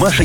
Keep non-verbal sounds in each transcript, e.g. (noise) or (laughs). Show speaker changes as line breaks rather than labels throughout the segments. Маша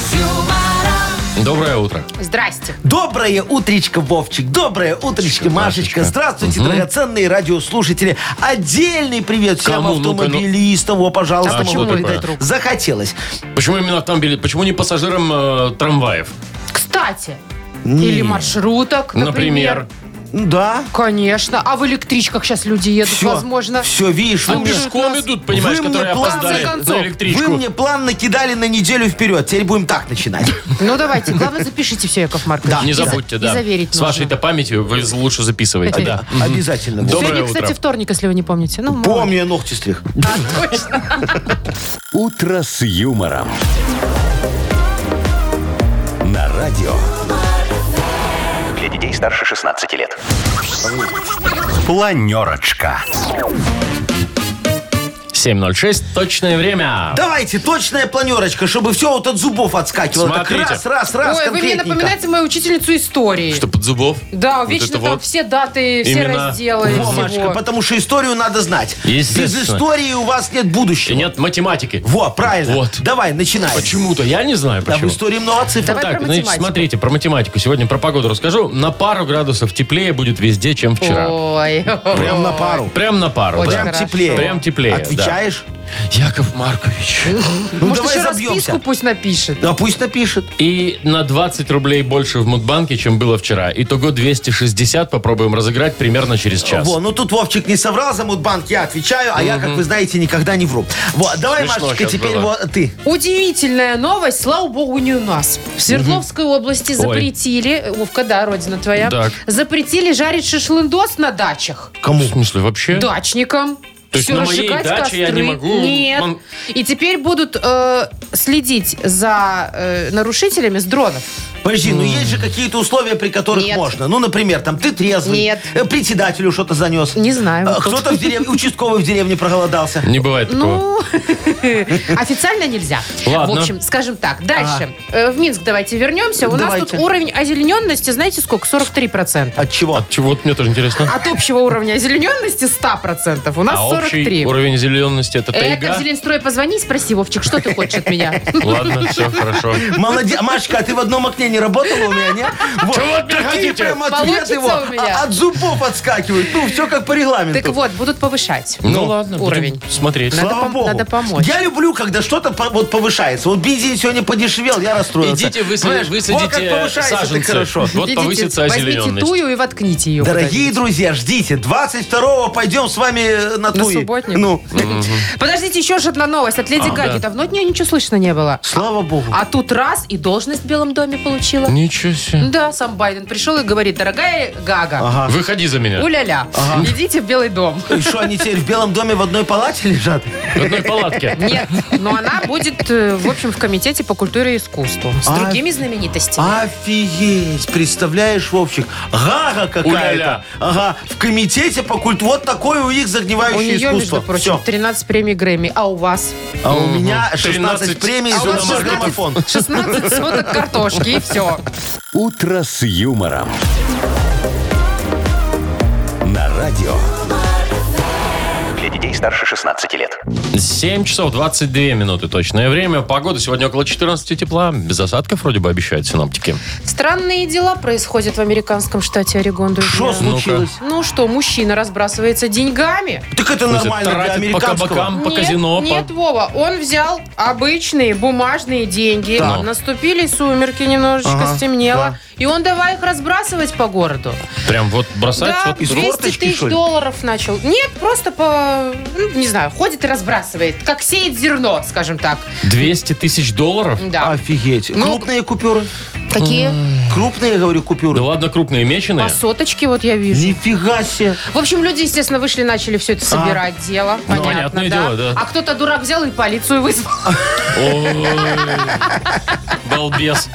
Доброе утро.
Здрасте.
Доброе утречко, Вовчик. Доброе утречко, Машечка. Здравствуйте, драгоценные радиослушатели. Отдельный привет всем
Кому? Ну-ка, ну.
автомобилистам. О, пожалуйста,
А что
могу
такое?
передать. Захотелось.
Почему именно автомобили? Почему не пассажирам э, трамваев?
Кстати. Или маршруток,
Например.
например.
М, Да.
Конечно. А в электричках сейчас люди едут,
Все,
возможно.
Все, видишь,
Ну,
вы
А
мне,
пешком идут, понимаешь,
вы мне
которые
план,
опоздали
в конце
на
концов.
вы
электричку.
мне план накидали на неделю вперед. Теперь будем так начинать.
Ну, давайте. Главное, запишите все, Яков Маркович.
Да.
Не
И за-
забудьте,
и
да.
заверить
С
нужно.
вашей-то памятью вы лучше записывайте, да. Да.
Обязательно. будет.
Доброе
Сегодня, кстати,
утро.
вторник, если вы не помните. Ну,
Помню, я ногти стриг.
«Утро с юмором». На радио. Для детей старше 16 лет. Планерочка.
7.06, точное время.
Давайте, точная планерочка, чтобы все вот от зубов отскакивало. Так
Смотрите.
раз, раз, раз,
Ой, вы мне
конкретненько.
напоминаете мою учительницу истории.
Что, под зубов?
Да,
Вот это
вечно там
вот.
все даты, все
Имена.
разделы.
Во,
всего.
Машка, потому что историю надо знать. Без
Естественно.
истории у вас нет
И
будущего.
нет математики.
Во, правильно.
Вот.
Давай, начинай.
Почему-то, я не знаю
Да, в
почему.
истории много цифр.
Давай
Так,
про
значит,
математику.
смотрите, про математику. Сегодня про погоду расскажу. На пару градусов теплее будет везде, чем вчера.
Ой.
Прям на пару.
Прям на пару,
Очень
да.
Прям
хорошо.
теплее.
Прям теплее, да.
Отвечаешь?
Яков Маркович.
Ну,
Может,
давай
еще
забьемся.
расписку пусть напишет.
Да пусть напишет.
И на 20 рублей больше в Мудбанке, чем было вчера. Итого 260 попробуем разыграть примерно через час.
Во, ну тут Вовчик не соврал за Мудбанк, я отвечаю, а я, как вы знаете, никогда не вру. Вот, давай,
Смешно
Машечка,
щас
теперь
было.
вот ты.
Удивительная новость, слава богу, не у нас. В Свердловской области запретили, Вовка, да, родина твоя,
Так.
запретили жарить шашлындос на дачах.
Кому? В смысле, вообще?
Дачникам.
Э? То есть
Всё
на моей
разжигать
даче я не
костры.
могу?
Нет.
Мам-
И теперь будут э, следить за э, нарушителями с дронов.
Подожди, ну есть же какие-то условия, при которых
Нет.
можно. Ну, например, там ты трезвый.
Нет.
э, Председателю что-то занес.
Не знаю.
А, Кто-то в деревне, участковый в деревне проголодался.
Не бывает такого.
Ну, официально нельзя.
Ладно.
В общем, скажем так, дальше. Э, В Минск давайте вернемся. У нас тут
Давайте.
уровень озелененности, знаете сколько? 43%.
От чего?
Чего-то мне тоже интересно.
От общего уровня озелененности 100%. У нас
А общий
43.
уровень зеленности это
Это в
тайга?
Э, Зеленстрой позвони, спроси, Вовчик, что ты хочешь
(laughs)
от меня?
Ладно, все хорошо.
Молодец. Машечка, а ты в одном окне не работала у меня, нет? Вот.
Чего от меня
Такие
хотите?
прям ответы
Получится
его
у меня?
а- от зубов отскакивают. Ну, все как по регламенту.
Так вот, будут повышать.
Ну ладно,
уровень.
будем смотреть.
надо
Слава
пом-
богу.
надо помочь.
Я люблю, когда что-то по- вот повышается. Вот бензин сегодня подешевел, я расстроился.
Идите высади-
Знаешь,
высадите
вот как повышается, так
саженцы.
хорошо.
Вот
Идите,
повысится
Возьмите
озелененность.
тую и воткните ее.
Дорогие друзья, ждите. 22-го пойдем с вами
На
на туи.
субботник?
Ну,
куда-нибудь. Подождите, еще же одна новость от Леди
А,
Гаги.
да.
Давно от нее ничего слышно не было.
слава богу.
А тут раз и должность в Белом доме получила.
Ничего себе.
Да, сам Байден пришел и говорит, дорогая Гага,
Ага.
Выходи за меня.
уля-ля, идите в Белый дом.
И что, они теперь в Белом доме в одной палате лежат?
В одной
(laughs)
палатке.
Нет, но она будет, э, в общем, в Комитете по культуре и искусству. С
А.
другими знаменитостями.
Офигеть! Представляешь, Вовчик, гага
Уля-ля.
какая-то. Ага, в комитете по культу. Вот такое у них загнивающее
У нее,
искусство.
между прочим,
Всё.
13 премий Грэмми, а у вас?
А у меня
13
16 премий
А у
за
вас
домашний марафон.
16 соток картошки, и все.
«Утро с юмором». На радио. Для детей старше 16 лет.
7 часов 22 минуты точное время. Погода сегодня около 14 тепла. Без осадков вроде бы обещают синоптики.
Странные дела происходят в американском штате Орегон,
Что
друзья.
случилось?
Ну что, мужчина разбрасывается деньгами?
Так это
Слушай,
нормально для
тратит Ну, по
американского.
кабакам, Ну, по
нет,
казино. по-
нет, Вова, он взял обычные бумажные деньги,
Так.
наступили сумерки, немножечко
Ага,
стемнело, и он давай их разбрасывать по городу.
Прям вот бросать.
Да,
вот
из
200
форточки,
тысяч
что ли?
долларов начал. Нет, просто по, ну, не знаю, ходит и разбрасывает, как сеет зерно, скажем так.
200 тысяч долларов?
Да.
Офигеть.
Ну,
Крупные купюры.
Такие
Крупные, говорю,
Да
купюры.
ладно, крупные меченые.
по соточке А вот я вижу.
Нифига себе.
В общем, люди, естественно, вышли, начали все
А,
это собирать дело.
ну,
Понятно,
понятное
да.
дело, да.
А кто-то дурак
А.
взял и полицию вызвал.
Ой, Балбес.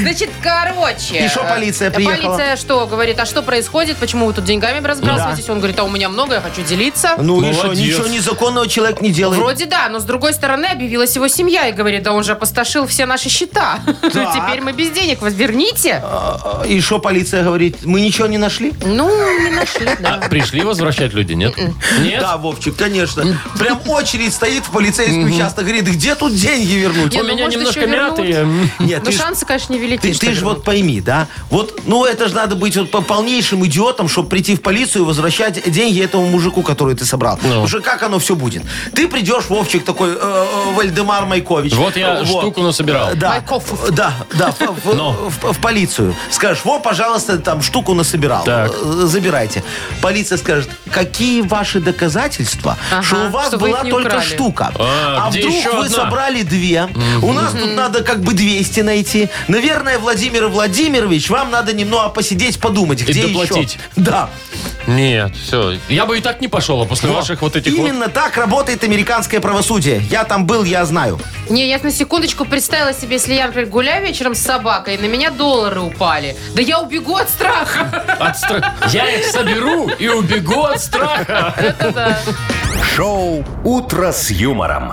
Значит, короче.
И шо полиция
э,
приехала?
Полиция что говорит? А что происходит? Почему вы тут деньгами разбрасываетесь? Он говорит, а у меня много, я хочу делиться.
Ну и что,
Молодец.
ничего незаконного человек не делает.
Вроде да, но с другой стороны объявилась его семья и говорит, да он же опустошил все наши счета. (laughs) Теперь мы без денег, вас верните.
А, И что полиция говорит? Мы ничего не нашли?
Ну, не нашли, да.
А пришли возвращать люди, нет?
М-м.
Нет?
Да, Вовчик, конечно. Прям очередь стоит в полицейский участок, говорит, где тут деньги вернуть?
Не,
У
ну,
меня
может,
немножко
еще вернут.
мятые.
Нет,
Но
ты ж-
шансы, конечно, невелики.
Ты,
что
ты же
вернут.
вот пойми, да? Вот, ну это же надо быть вот по- полнейшим идиотом, чтобы прийти в полицию и возвращать деньги этому мужику, который ты собрал.
Ну.
Потому что как оно все будет? Ты придешь, Вовчик, такой э, э, Вальдемар Майкович.
Вот я штуку насобирал. Ну.
Да,
Майков.
да, да, в, в-
Но.
в- в полицию. Скажешь, вот, пожалуйста, там штуку насобирал.
Так.
Э, Забирайте. Полиция скажет, какие ваши доказательства,
Ага,
что у вас
что вы
была
их не
только
украли.
штука.
А, где
вдруг
еще
вы
одна?
собрали две. У нас тут надо как бы 200 найти. Наверное, Владимир Владимирович, вам надо немного посидеть, подумать, где
доплатить.
еще. Да.
Нет, все. Я бы и так не пошел, а после ваших вот этих вот...
Именно так работает американское правосудие. Я там был, я знаю.
Не, я на секундочку представила себе, если я, например, гуляю вечером с собакой, на меня доллары упали. Да я убегу от страха.
от стра- Я их соберу и убегу от страха.
Это да.
Шоу «Утро с юмором».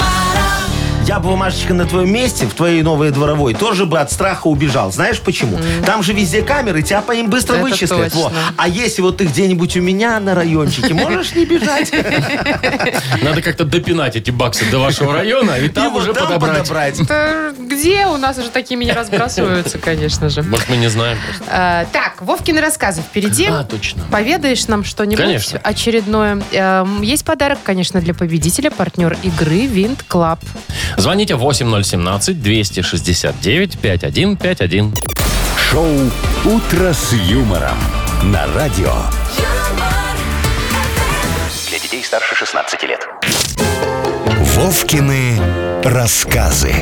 Я бы, Машечка, на твоем месте, в твоей новой дворовой, тоже бы от страха убежал. Знаешь почему? Там же везде камеры, тебя по ним быстро
Это
вычислят.
точно.
Во. А если вот ты где-нибудь у меня на райончике, можешь не бежать?
Надо как-то допинать эти баксы до вашего района (laughs) и
И
там
вот
уже
там
подобрать.
подобрать.
Это Где у нас уже такими не разбрасываются, конечно же.
Может, мы не знаем просто.
А, Так, Вовкины рассказы впереди.
А, точно.
Поведаешь нам что-нибудь
Конечно.
очередное. Эм, Есть подарок, конечно, для победителя, партнер игры Винт Клаб.
Звоните 8017-269-5151.
Шоу «Утро с юмором» на радио.
Для детей старше 16 лет.
Вовкины рассказы.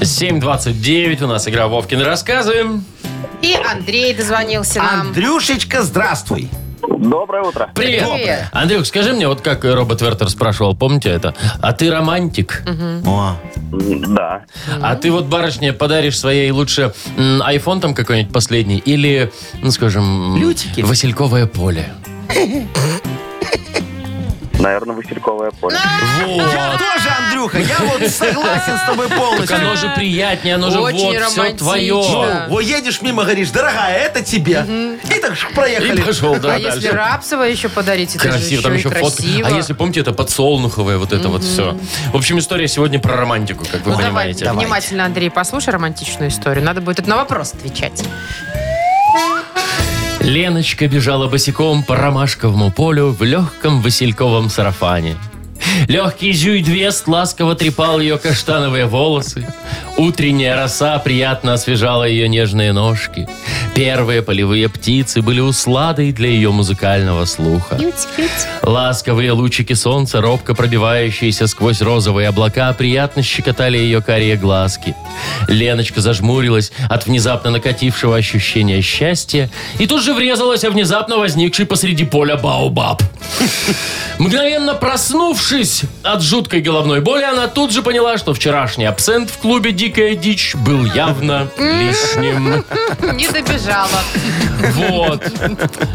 7.29 у нас игра Вовкины рассказы.
И Андрей дозвонился нам.
Андрюшечка, здравствуй.
Доброе утро.
Привет.
Привет.
Андрюх, скажи мне, вот как Робот Вертер спрашивал, помните это? А ты романтик?
О,
М, Да.
А ты вот барышне подаришь своей лучше м, iPhone там какой-нибудь последний или, ну, скажем, м,
Лютики.
Васильковое поле?
Наверное, Васильковое поле.
Вот.
Тоже, Андрюха, я вот согласен с тобой
Так
полностью.
оно же приятнее, оно же
Очень
вот все
романтично.
твое.
Да.
Во, едешь мимо, говоришь, дорогая, это тебе. И так ж
И
проехали.
пошел, да,
а если
дальше.
рапсовое еще подарите, это же
Красиво,
еще
там
и
еще фотка.
красиво.
А если, помните, это подсолнуховое, вот это вот все. В общем, история сегодня про романтику, как вы
Ну, давай,
понимаете.
внимательно, Андрей, послушай романтичную историю. Надо будет на вопрос отвечать.
Леночка бежала босиком по ромашковому полю в легком васильковом сарафане. Легкий зюйдвест ласково трепал ее каштановые волосы. Утренняя роса приятно освежала ее нежные ножки. Первые полевые птицы были усладой для ее музыкального слуха. Ласковые лучики солнца, робко пробивающиеся сквозь розовые облака, приятно щекотали ее карие глазки. Леночка зажмурилась от внезапно накатившего ощущения счастья и тут же врезалась о внезапно возникший посреди поля баобаб. Мгновенно проснувшись от жуткой головной боли, она тут же поняла, что вчерашний абсент в клубе «Дикая дичь» был явно лишним.
Не добежала.
Вот.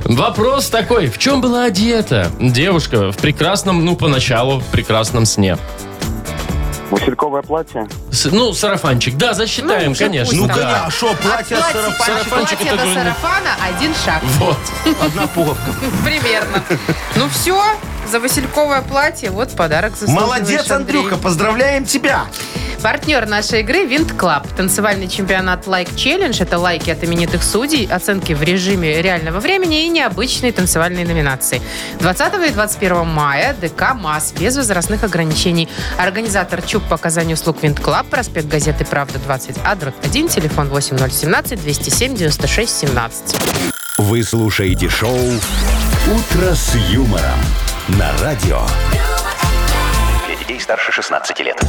Вопрос такой. В чем была одета девушка в прекрасном, ну, поначалу, в прекрасном сне?
Васильковое платье?
С- ну, сарафанчик. Да, засчитаем,
Ну, уже
конечно.
Ну,
пусть,
да.
конечно, а что, платье
От
с
платья-
сарафанчиком,
сарафанчик
платье
это
до
говорю.
сарафана один шаг. (laughs)
Вот.
одна пуговка.
Примерно. Ну все, за васильковое платье. Вот подарок заслуживаешь,
Молодец,
Андрей.
Андрюха, поздравляем тебя.
Партнер нашей игры Винт Клаб. Танцевальный чемпионат Лайк Челлендж. Это лайки от именитых судей, оценки в режиме реального времени и необычные танцевальные номинации. 20 и 21 мая ДК МАС без возрастных ограничений. Организатор ЧУП по оказанию услуг Винт Клаб, проспект газеты «Правда» 20, А, дробь 1, телефон 8017 207 96 17.
Вы слушаете шоу «Утро с юмором» на радио.
Для детей детей старше 16 лет.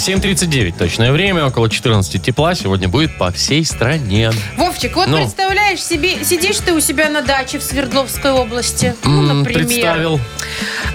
7.39 точное время, около 14 тепла сегодня будет по всей стране.
Вовчик, вот
Ну.
представляешь себе, сидишь ты у себя на даче в Свердловской области, ну,
М,
например.
Представил.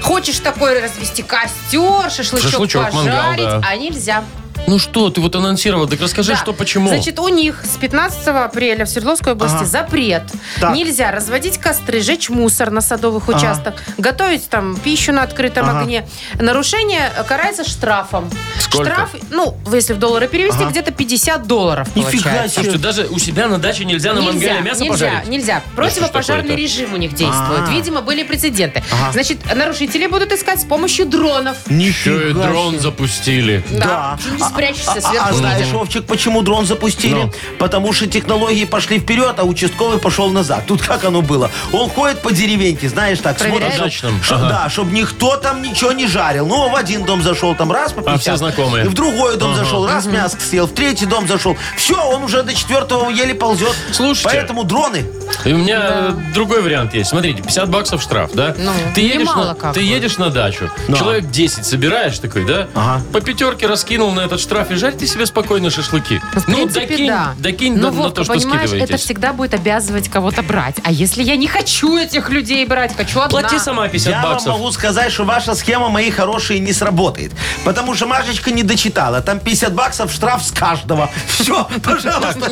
Хочешь такой развести костер, шашлычок,
Шашлычок,
пожарить,
мангал, да.
а нельзя.
Ну что, ты вот анонсировал, так расскажи,
Да.
что почему.
Значит, у них с 15 апреля в Свердловской области
Ага.
запрет.
Так.
Нельзя разводить костры, жечь мусор на садовых
Ага.
участках, готовить там пищу на открытом
Ага.
огне. Нарушение э, карается штрафом.
Сколько?
Штраф, ну, если в доллары перевести,
Ага.
где-то 50 долларов
Нифига
получается.
Слушайте,
себе.
даже у себя на даче нельзя на мангале мясо
нельзя,
пожарить?
нельзя. Противопожарный
такое-то?
режим у них действует.
А.
Видимо, были прецеденты.
Ага.
Значит, нарушители будут искать с помощью дронов.
Еще и
Нифига
дрон
себе.
запустили.
Да.
Ты Не спрячешься
А- А,
сверху.
знаешь, Вовчик, почему дрон запустили?
Ну.
Потому что технологии пошли вперед, а участковый пошел назад. Тут как оно было? Он ходит по деревеньке, знаешь, так,
Проверяет.
чтоб-
Дачным,
чтоб-
ага.
Да, чтобы никто там ничего не жарил. Ну, в один дом зашел, там раз по
А все
50.
знакомые.
И В другой дом
Ага.
зашел, раз мяско съел, в третий дом зашел. Все, он уже до четвертого еле ползет.
Слушайте.
Поэтому дроны.
И у меня э, другой вариант есть. Смотрите, 50 баксов штраф, да?
Ну,
ты едешь,
немало
на,
как
ты
бы.
едешь на дачу,
Да.
человек 10 собираешь такой, да?
Ага.
По пятерке раскинул на этот штраф и жарь ты себе спокойно шашлыки.
В принципе,
ну, докинь,
да.
докинь
Но,
на, на то,
Вовка,
что
понимаешь, это
скидываетесь.
всегда будет обязывать кого-то брать. А если я не хочу этих людей брать, хочу одна.
Плати сама 50
Я
баксов.
вам могу сказать, что ваша схема, мои хорошие, не сработает. Потому что Машечка не дочитала. Там 50 баксов штраф с каждого. Все, (laughs) пожалуйста.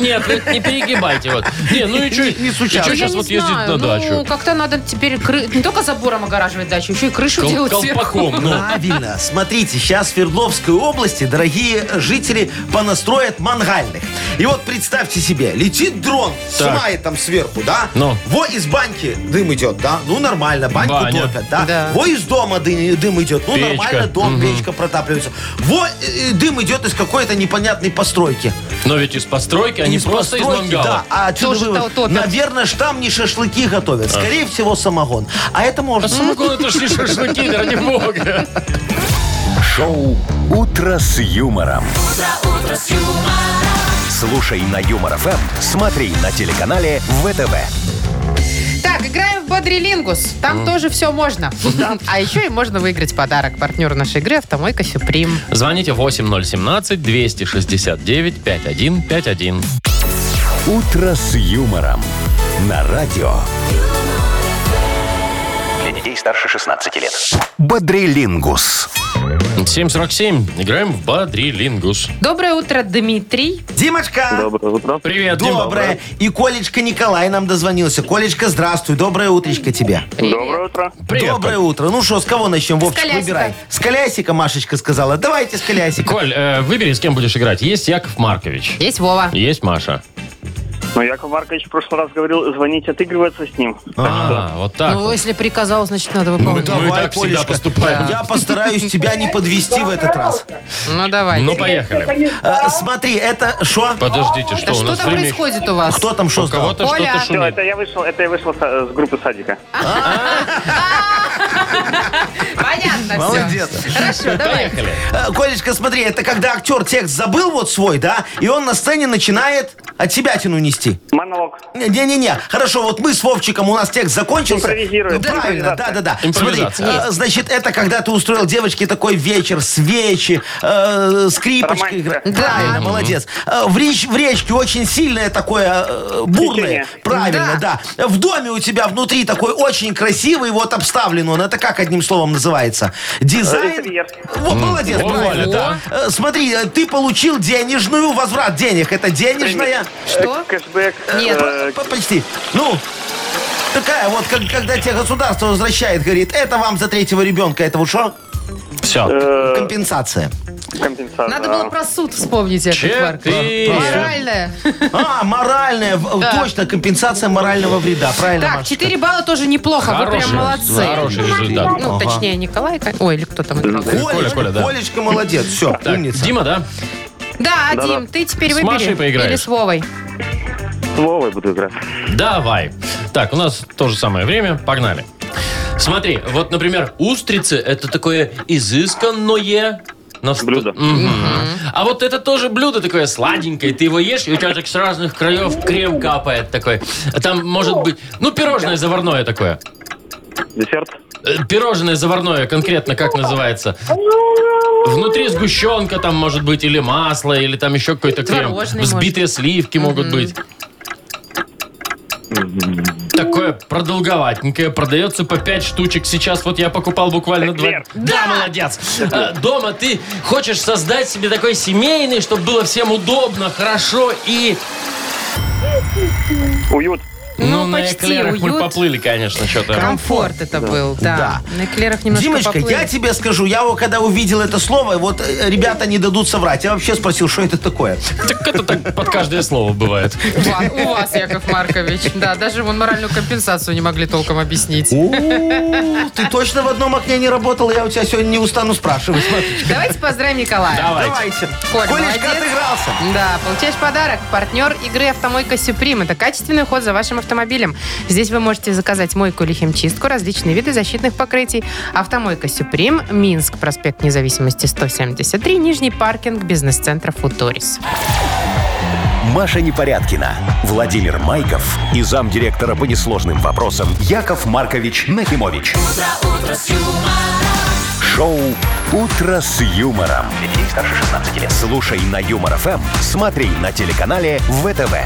(laughs) Нет, вы не перегибайте вот. Не, ну и что?
Не- не сучай.
Ну, я
сейчас
не
вот ездить
знаю,
на
Ну,
дачу?
как-то надо теперь кры- не только забором огораживать дачу, еще и крышу
Кол-
делать
колпаком,
сверху.
ну.
Правильно. Смотрите, сейчас в Свердловской области дорогие жители понастроят мангальных. И вот представьте себе, летит дрон,
Так.
снимает там сверху, да?
Ну.
Во из баньки дым идет, да? Ну, нормально, баньку
Баня.
топят, да?
Да.
Во из дома ды- дым идет, ну,
Печка.
нормально, дом, печка протапливается. Во э, дым идет из какой-то непонятной постройки.
Но ведь из постройки, а не
Из
просто из
постройки, Да,
мангала.
а отсюда
Тоже
вывод.
то- топят.
Наверное, ж там не шашлыки готовят. Скорее всего, самогон. А это можно.
А самогон
(laughs)
это ж не шашлыки, ради бога.
Шоу «Утро с юмором». Слушай на Юмор ФМ, смотри на телеканале ВТВ.
(laughs) Так, играем в Бодрилингус. Там тоже все можно. А еще и можно выиграть подарок. Партнер нашей игры «Автомойка Сюприм».
Звоните 8017-269-5151.
«Утро с юмором» на радио
Для детей старше 16 лет.
«Бодрилингус».
747. Играем в Бадрилингус.
Доброе утро, Дмитрий.
Димочка!
Доброе утро.
Привет, Дима.
Доброе. И Колечка Николай нам дозвонился. Колечка, здравствуй. Доброе утречко тебе.
Доброе утро.
Привет.
Доброе утро. Ну что, с кого начнем, Вовчик?
колясика.
Выбирай. С колясика, Машечка сказала. Давайте с колясика.
Коль, э, выбери, с кем будешь играть. Есть Яков Маркович.
Есть Вова.
Есть Маша.
Ну, Яков Маркович в прошлый раз говорил, звонить, отыгрываться с ним.
А, вот так.
Ну,
вот.
если приказал, значит, надо
Мы
выполнять.
так всегда поступаем.
Я постараюсь тебя не подвести в этот раз.
Ну, давай.
Ну, поехали.
А, смотри, это что?
Подождите, что
Да
у
что
нас
там
время...
происходит у вас?
Кто там
У
что сдал?
кого-то
Коля.
что-то
Все,
шумит.
это я вышел, это я вышел с, э, с группы садика.
Понятно
Молодец.
все. Хорошо, давай.
Поехали.
Э, Колечка, смотри, это когда актер текст забыл вот свой, да, и он на сцене начинает от себя тяну нести.
Монолог.
Не-не-не, хорошо, вот мы с Вовчиком, у нас текст закончился.
Импровизируем.
Ну, Правильно,
Импровизация.
да-да-да.
Импровизация.
Смотри, э, значит, это когда ты устроил девочке такой вечер, свечи, э, скрипочка.
Романтика.
игра-
Да.
Правильно,
Мгм.
молодец. Э, В, реч- в речке очень сильное такое, э, бурное.
Течение.
Правильно, да. В доме у тебя внутри такой очень красивый, вот обставлен он. Это как одним словом называется? Дизайн.
Интерьер.
Вот, молодец,
Во,
правильно.
Валя, да.
Э, Смотри, э, ты получил денежную, возврат денег. Это денежная...
Что?
Э, Кэшбэк.
Нет.
э,
П- Почти. Ну, такая вот, как- когда тебе государство возвращает, говорит, это вам за третьего ребенка, это вот что?
Все.
э,
(laughs)
Компенсация.
Компенсация.
Надо было про суд вспомнить этот Марк.
Четыре.
Моральная.
А, моральная, в-
Да.
точно, компенсация морального вреда, правильно,
Так,
Машечка?
4 балла тоже неплохо. Вы
Хороший,
прям молодцы.
хороший результат.
Ну,
Ага.
точнее, Николай. кон- Ой, или кто там играл.
Колечка,
Коля, Коля, да.
Колечка, молодец, все,
Так,
умница.
Дима, да?
Да,
Да-да.
Дим, ты теперь
С
выбери.
Машей поиграешь?
Или с Вовой.
С Вовой буду играть.
Давай. Так, у нас то же самое время. Погнали. Смотри, вот, например, устрицы – это такое изысканное... на вкус-
Блюдо.
Мгм. А вот это тоже блюдо такое сладенькое. Ты его ешь, и у тебя так с разных краев крем капает такой. Там может быть... Ну, пирожное заварное такое.
Десерт.
Э, Пирожное заварное конкретно как называется? Внутри сгущенка там может быть, или масло, или там еще какой-то крем.
Творожный,
Взбитые сливки могут быть. Такое продолговатенькое, продается по 5 штучек. Сейчас вот я покупал буквально два.
Эклер.
Да, молодец. А, Дома ты хочешь создать себе такой семейный, чтобы было всем удобно, хорошо и...
Уют.
Ну,
на
почти,
эклерах мы
уют.
поплыли, конечно, что-то.
Комфорт это был, да.
Да.
На эклерах немножко
Димочка,
поплыл.
я тебе скажу, я его когда увидел это слово, вот э, ребята не дадут соврать. Я вообще спросил, что это такое.
Так это так под каждое слово бывает.
У вас, у вас, Яков Маркович. Да, даже вон моральную компенсацию не могли толком объяснить.
У, Ты точно в одном окне не работал, я у тебя сегодня не устану спрашивать. Смотри.
Давайте поздравим Николая.
Давайте.
Давайте.
Коль,
Колечка
молодец.
отыгрался.
Да, получаешь подарок. Партнер игры «Автомойка Сюприм». Это качественный уход за вашим автомобилем. Здесь вы можете заказать мойку или химчистку, различные виды защитных покрытий. «Автомойка Сюприм», Минск, проспект Независимости, 173, Нижний паркинг, бизнес-центр «Футурис».
Маша Непорядкина, Владимир Майков и замдиректора по несложным вопросам Яков Маркович Нахимович. Шоу Утро с юмором.
Для детей старше 16 лет.
Слушай на Юмор ФМ, смотри на телеканале ВТВ.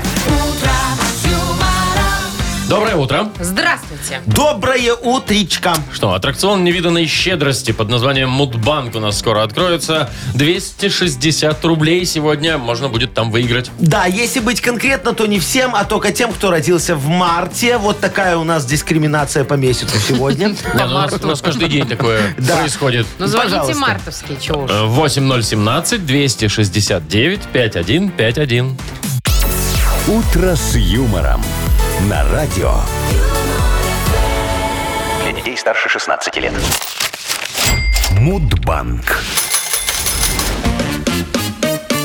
Доброе утро.
Здравствуйте.
Доброе утречко.
Что, аттракцион невиданной щедрости под названием Мудбанк у нас скоро откроется. 260 рублей сегодня можно будет там выиграть.
Да, если быть конкретно, то не всем, а только тем, кто родился в марте. Вот такая у нас дискриминация по месяцу
(laughs)
сегодня.
Да, ну, у, нас, у нас каждый день такое
Да.
происходит.
Ну, звоните
Пожалуйста.
мартовские, чего уж.
Э, 8017-269-5151.
Утро с юмором. На радио.
Для детей старше 16 лет.
Мудбанк.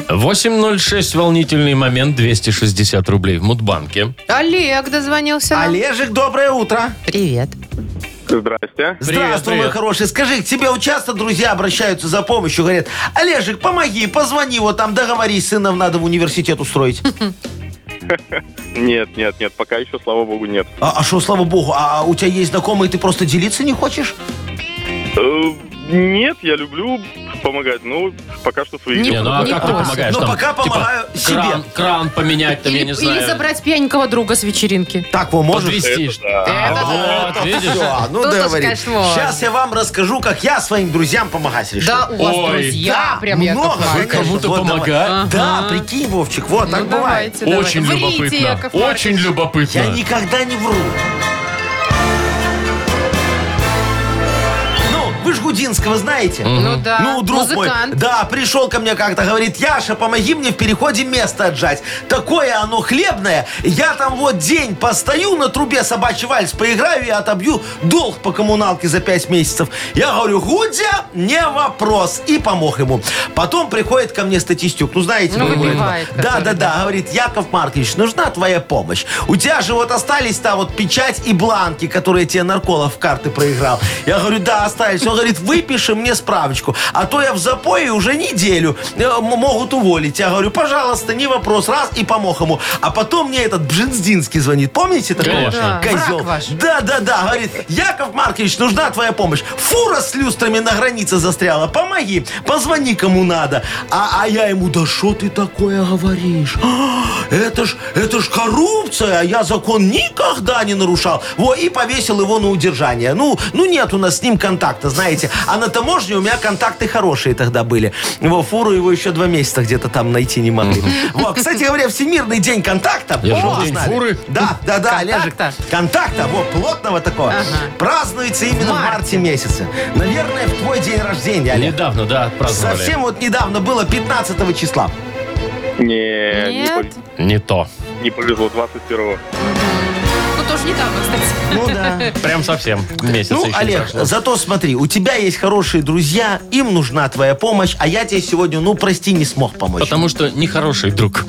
8.06, волнительный момент, 260 рублей в Мудбанке.
Олег дозвонился нам.
Олежек, доброе утро.
Привет.
Здрасте.
Здравствуй, мой
привет.
хороший. Скажи, к тебе вот часто друзья обращаются за помощью, говорят, Олежек, помоги, позвони, вот там договорись, сынов надо в университет устроить.
Нет, нет, нет, пока еще, слава богу, нет.
А что, слава богу, а у тебя есть знакомые, ты просто делиться не хочешь?
Э, Нет, я люблю помогать, ну, пока что своих
Не,
Не, ну а как ты
Классно.
помогаешь
Ну,
там?
пока
Типа,
помогаю
Кран,
себе.
кран поменять там, я
Или,
не
или
знаю.
забрать пьяненького друга с вечеринки.
Так, во, можешь?
Подвести.
Это да.
А, Вот, видишь?
Все, ну
Тут уж,
договорились.
конечно, можно.
Сейчас я вам расскажу, как я своим друзьям помогать решил.
Да, у вас
Ой,
Да,
друзья прям, Яков
много,
Маркович.
конечно.
Кому-то
Вот давай.
помогать?
Да,
Ага.
прикинь, Вовчик, вот
Ну,
так бывает.
давайте, давайте.
Очень
Врите,
любопытно.
Яков Маркович.
Очень
Я
любопытно.
никогда не вру. Ну, вы ж Гудинского знаете?
Ну да,
Ну, друг
музыкант.
мой, да, пришел ко мне как-то, говорит, Яша, помоги мне в переходе место отжать. Такое оно хлебное. Я там вот день постою на трубе собачий вальс, поиграю и отобью долг по коммуналке за пять месяцев. Я говорю, Гудя, не вопрос. И помог ему. Потом приходит ко мне статистик. Ну, знаете,
Ну,
мы говорим,
выбивает,
да,
который,
да, да, говорит, Яков Маркович, нужна твоя помощь. У тебя же вот остались там вот печать и бланки, которые тебе нарколов в карты проиграл. Я говорю, да, остались. Он говорит, выпиши мне справочку, а то я в запое уже неделю, Э, м- могут уволить. Я говорю, пожалуйста, не вопрос, раз, и помог ему. А потом мне этот Бжензинский звонит, помните такого?
Конечно.
Да,
Козел.
враг ваш.
Да, да, да, говорит, Яков Маркович, нужна твоя помощь. Фура с люстрами на границе застряла, помоги, позвони кому надо. А, а я ему, да что ты такое говоришь? А, Это ж, это ж коррупция, а я закон никогда не нарушал. Во, и повесил его на удержание. Ну, ну нет у нас с ним контакта, знаете. А на таможне у меня контакты хорошие тогда были. Во, фуру его еще два месяца где-то там найти не могли. Во, кстати говоря, Всемирный день контакта.
Я же
О,
день
знали.
фуры.
Да, да, да, Олежек.
Контакта.
Контакта, вот, плотного такого.
Ага.
Празднуется именно
Марте.
в марте месяце. Наверное, в твой день рождения, Олег.
Недавно, да, отпраздновали.
Совсем вот недавно было, 15 числа.
Не, не,
Нет.
повез-
Не то.
не повезло, 21-го.
Ну, тоже недавно, кстати.
Ну да.
Прям совсем. Месяц
Ну,
еще не
Олег,
прошло.
зато смотри, у тебя есть хорошие друзья, им нужна твоя помощь, а я тебе сегодня, ну, прости, не смог помочь.
Потому что нехороший
(laughs)
друг.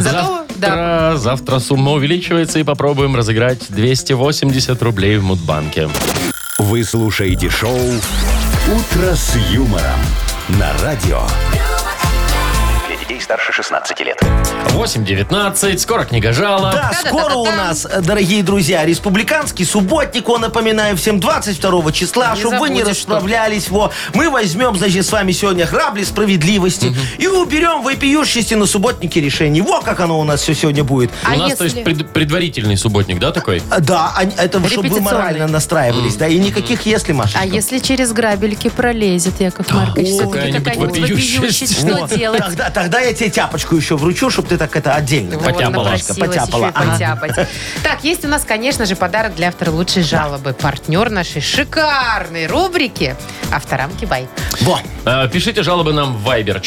Зато, да.
Завтра, завтра сумма увеличивается и попробуем разыграть 280 рублей в Мудбанке.
Вы слушаете шоу Утро с юмором. На радио.
Для детей старше 16 лет.
8.19, скоро книга жалоб.
Да,
Да-да-да-да-да.
скоро у нас, э, дорогие друзья, республиканский субботник, он, напоминаю всем, 22 числа,
Не
чтобы вы не
забудешь, что ли.
расправлялись. Во. Мы возьмем, значит, с вами сегодня грабли справедливости и уберем вопиющести на субботнике решений. Во как оно у нас все сегодня будет.
А
у нас, то
если-
есть, пред- предварительный субботник, да, такой?
А, Да, а это чтобы вы
Репетиционный.
морально настраивались, да, и никаких если, Маша.
А если через грабельки пролезет, Яков Маркович,
О,
все-таки
какая-нибудь
какая-нибудь
вопиющая
вопиющесть,
А
что
штука.
делать?
Тогда, тогда я тебе тяпочку еще вручу, чтобы ты так это отдельно.
Вот,
Потяпала.
напросилась
Потяпала,
еще и потяпать. Так, есть у нас, конечно же, подарок для автора лучшей жалобы. Партнер нашей шикарной рубрики «Авторамки Бай».
Во.
Э, Пишите жалобы нам в Viber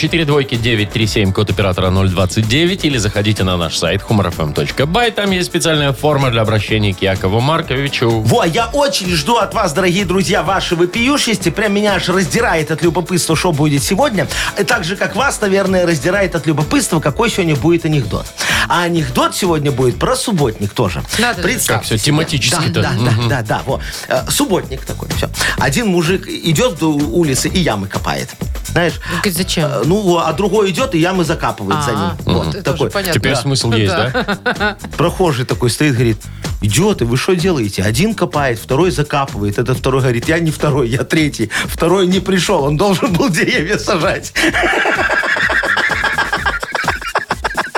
42937, код оператора 029, или заходите на наш сайт humorfm.by. Там есть специальная форма для обращения к Якову Марковичу.
Во, я очень жду от вас, дорогие друзья, ваши вопиющести. Прям меня аж раздирает от любопытства, что будет сегодня. И так же, как вас, наверное, раздирает от любопытства, какой сегодня будет анекдот. А анекдот сегодня будет про субботник тоже.
Надо же,
Представь
Как все
себе.
тематически-то.
Да, да, да, да, да, во. Э, Субботник такой, все. Один мужик идет до улицы и ямы копает. Знаешь?
Говорит, Зачем?
э, Ну, а другой идет и ямы закапывает за
А,
ним. Вот,
это
такой.
уже понятно.
Теперь
Да.
смысл есть, да?
Прохожий такой стоит, говорит, идиоты, вы что делаете? Один копает, второй закапывает. Этот второй говорит, я не второй, я третий. Второй не пришел, он должен был деревья сажать.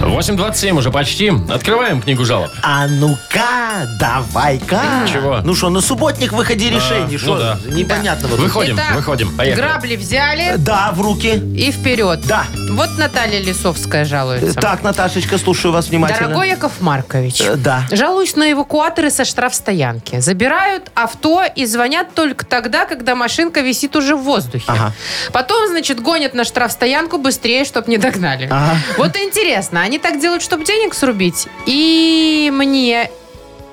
8.27 уже почти. Открываем книгу жалоб.
А ну-ка, давай-ка.
Чего?
Ну что, на субботник выходи решение. Что?
да.
Непонятного.
Выходим,
Итак,
выходим. Поехали.
Грабли взяли
Да, в руки.
и вперед.
Да.
Вот Наталья Лисовская
Э,
жалуется.
Так, Наташечка, слушаю вас внимательно.
Дорогой Яков Маркович,
Э, да.
жалуюсь на эвакуаторы со штрафстоянки. Забирают авто и звонят только тогда, когда машинка висит уже в воздухе.
Ага.
Потом, значит, гонят на штрафстоянку быстрее, чтобы не догнали.
Ага.
Вот интересно, они так делают, чтобы денег срубить? И мне...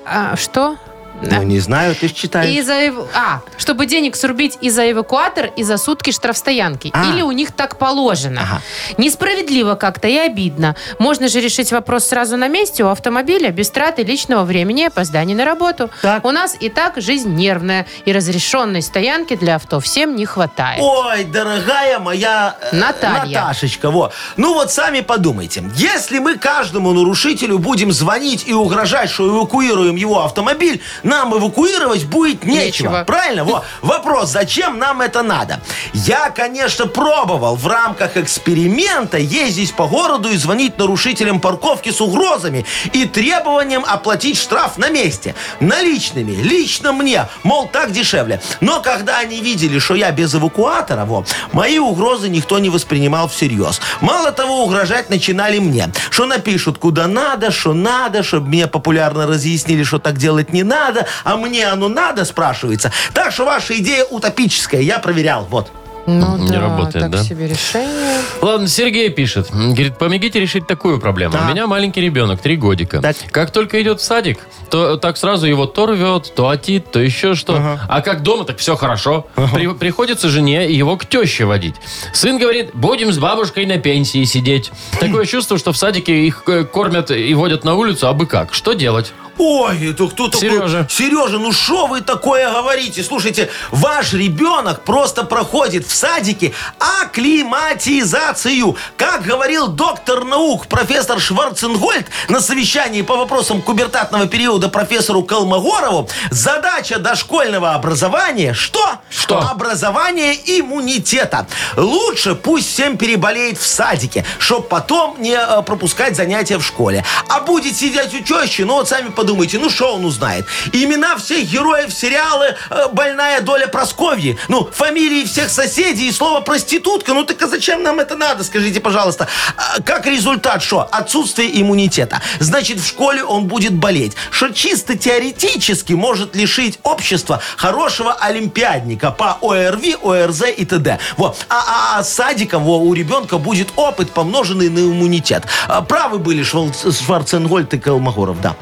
а, что?
Ну, не знаю, ты ж
И
читаешь.
за эв- А, чтобы денег срубить и за эвакуатор, и за сутки штрафстоянки.
А.
Или у них так положено.
Ага.
Несправедливо как-то и обидно. Можно же решить вопрос сразу на месте у автомобиля, без траты личного времени и опозданий на работу.
Так.
У нас и так жизнь нервная, и разрешенной стоянки для авто всем не хватает.
Ой, дорогая моя э,
Наталья.
Наташечка, во. Ну вот сами подумайте. Если мы каждому нарушителю будем звонить и угрожать, что эвакуируем его автомобиль, нам эвакуировать будет нечего.
Нечего.
Правильно? Во. Вопрос, зачем нам это надо? Я, конечно, пробовал в рамках эксперимента ездить по городу и звонить нарушителям парковки с угрозами и требованием оплатить штраф на месте. Наличными. Лично мне. Мол, так дешевле. Но когда они видели, что я без эвакуатора, во, мои угрозы никто не воспринимал всерьез. Мало того, угрожать начинали мне. Что напишут, куда надо, что надо, чтобы мне популярно разъяснили, что так делать не надо, а мне оно надо, спрашивается. Так что ваша идея утопическая, я проверял. Вот.
Ну
Не работает,
так
да?
себе решение.
Ладно, Сергей пишет. М, Говорит, помогите решить такую проблему.
Так.
У меня маленький ребенок, три годика.
Так.
Как только идет в садик, то так сразу его то рвет, то отит, то еще что. А как дома, так все хорошо. При- приходится жене его к теще водить. Сын говорит, будем с бабушкой на пенсии сидеть. Такое чувство, что в садике их э, кормят и водят на улицу, а бы как. Что делать?
Ой, это кто такой?
Сережа.
Сережа, ну что вы такое говорите? Слушайте, ваш ребенок просто проходит в садике акклиматизацию. Как говорил доктор наук профессор Шварценгольд на совещании по вопросам кубертатного периода профессору Колмогорову, задача дошкольного образования что?
Что?
Образование иммунитета. Лучше пусть всем переболеет в садике, чтоб потом не э, пропускать занятия в школе. А будет сидеть у тещи, ну вот сами подумайте, ну что он узнает? Имена всех героев сериала э, «Больная доля Просковьи», ну, фамилии всех соседей и слово «проститутка», ну так а зачем нам это надо, скажите, пожалуйста? А Как результат что? Отсутствие иммунитета. Значит, в школе он будет болеть. Что чисто теоретически может лишить общества хорошего олимпиадника по ОРВИ, ОРЗ и т.д. Во. А, а, а с садиком во, у ребенка будет опыт, помноженный на иммунитет. А, правы были Швал- Шварценгольд и Колмогоров, да.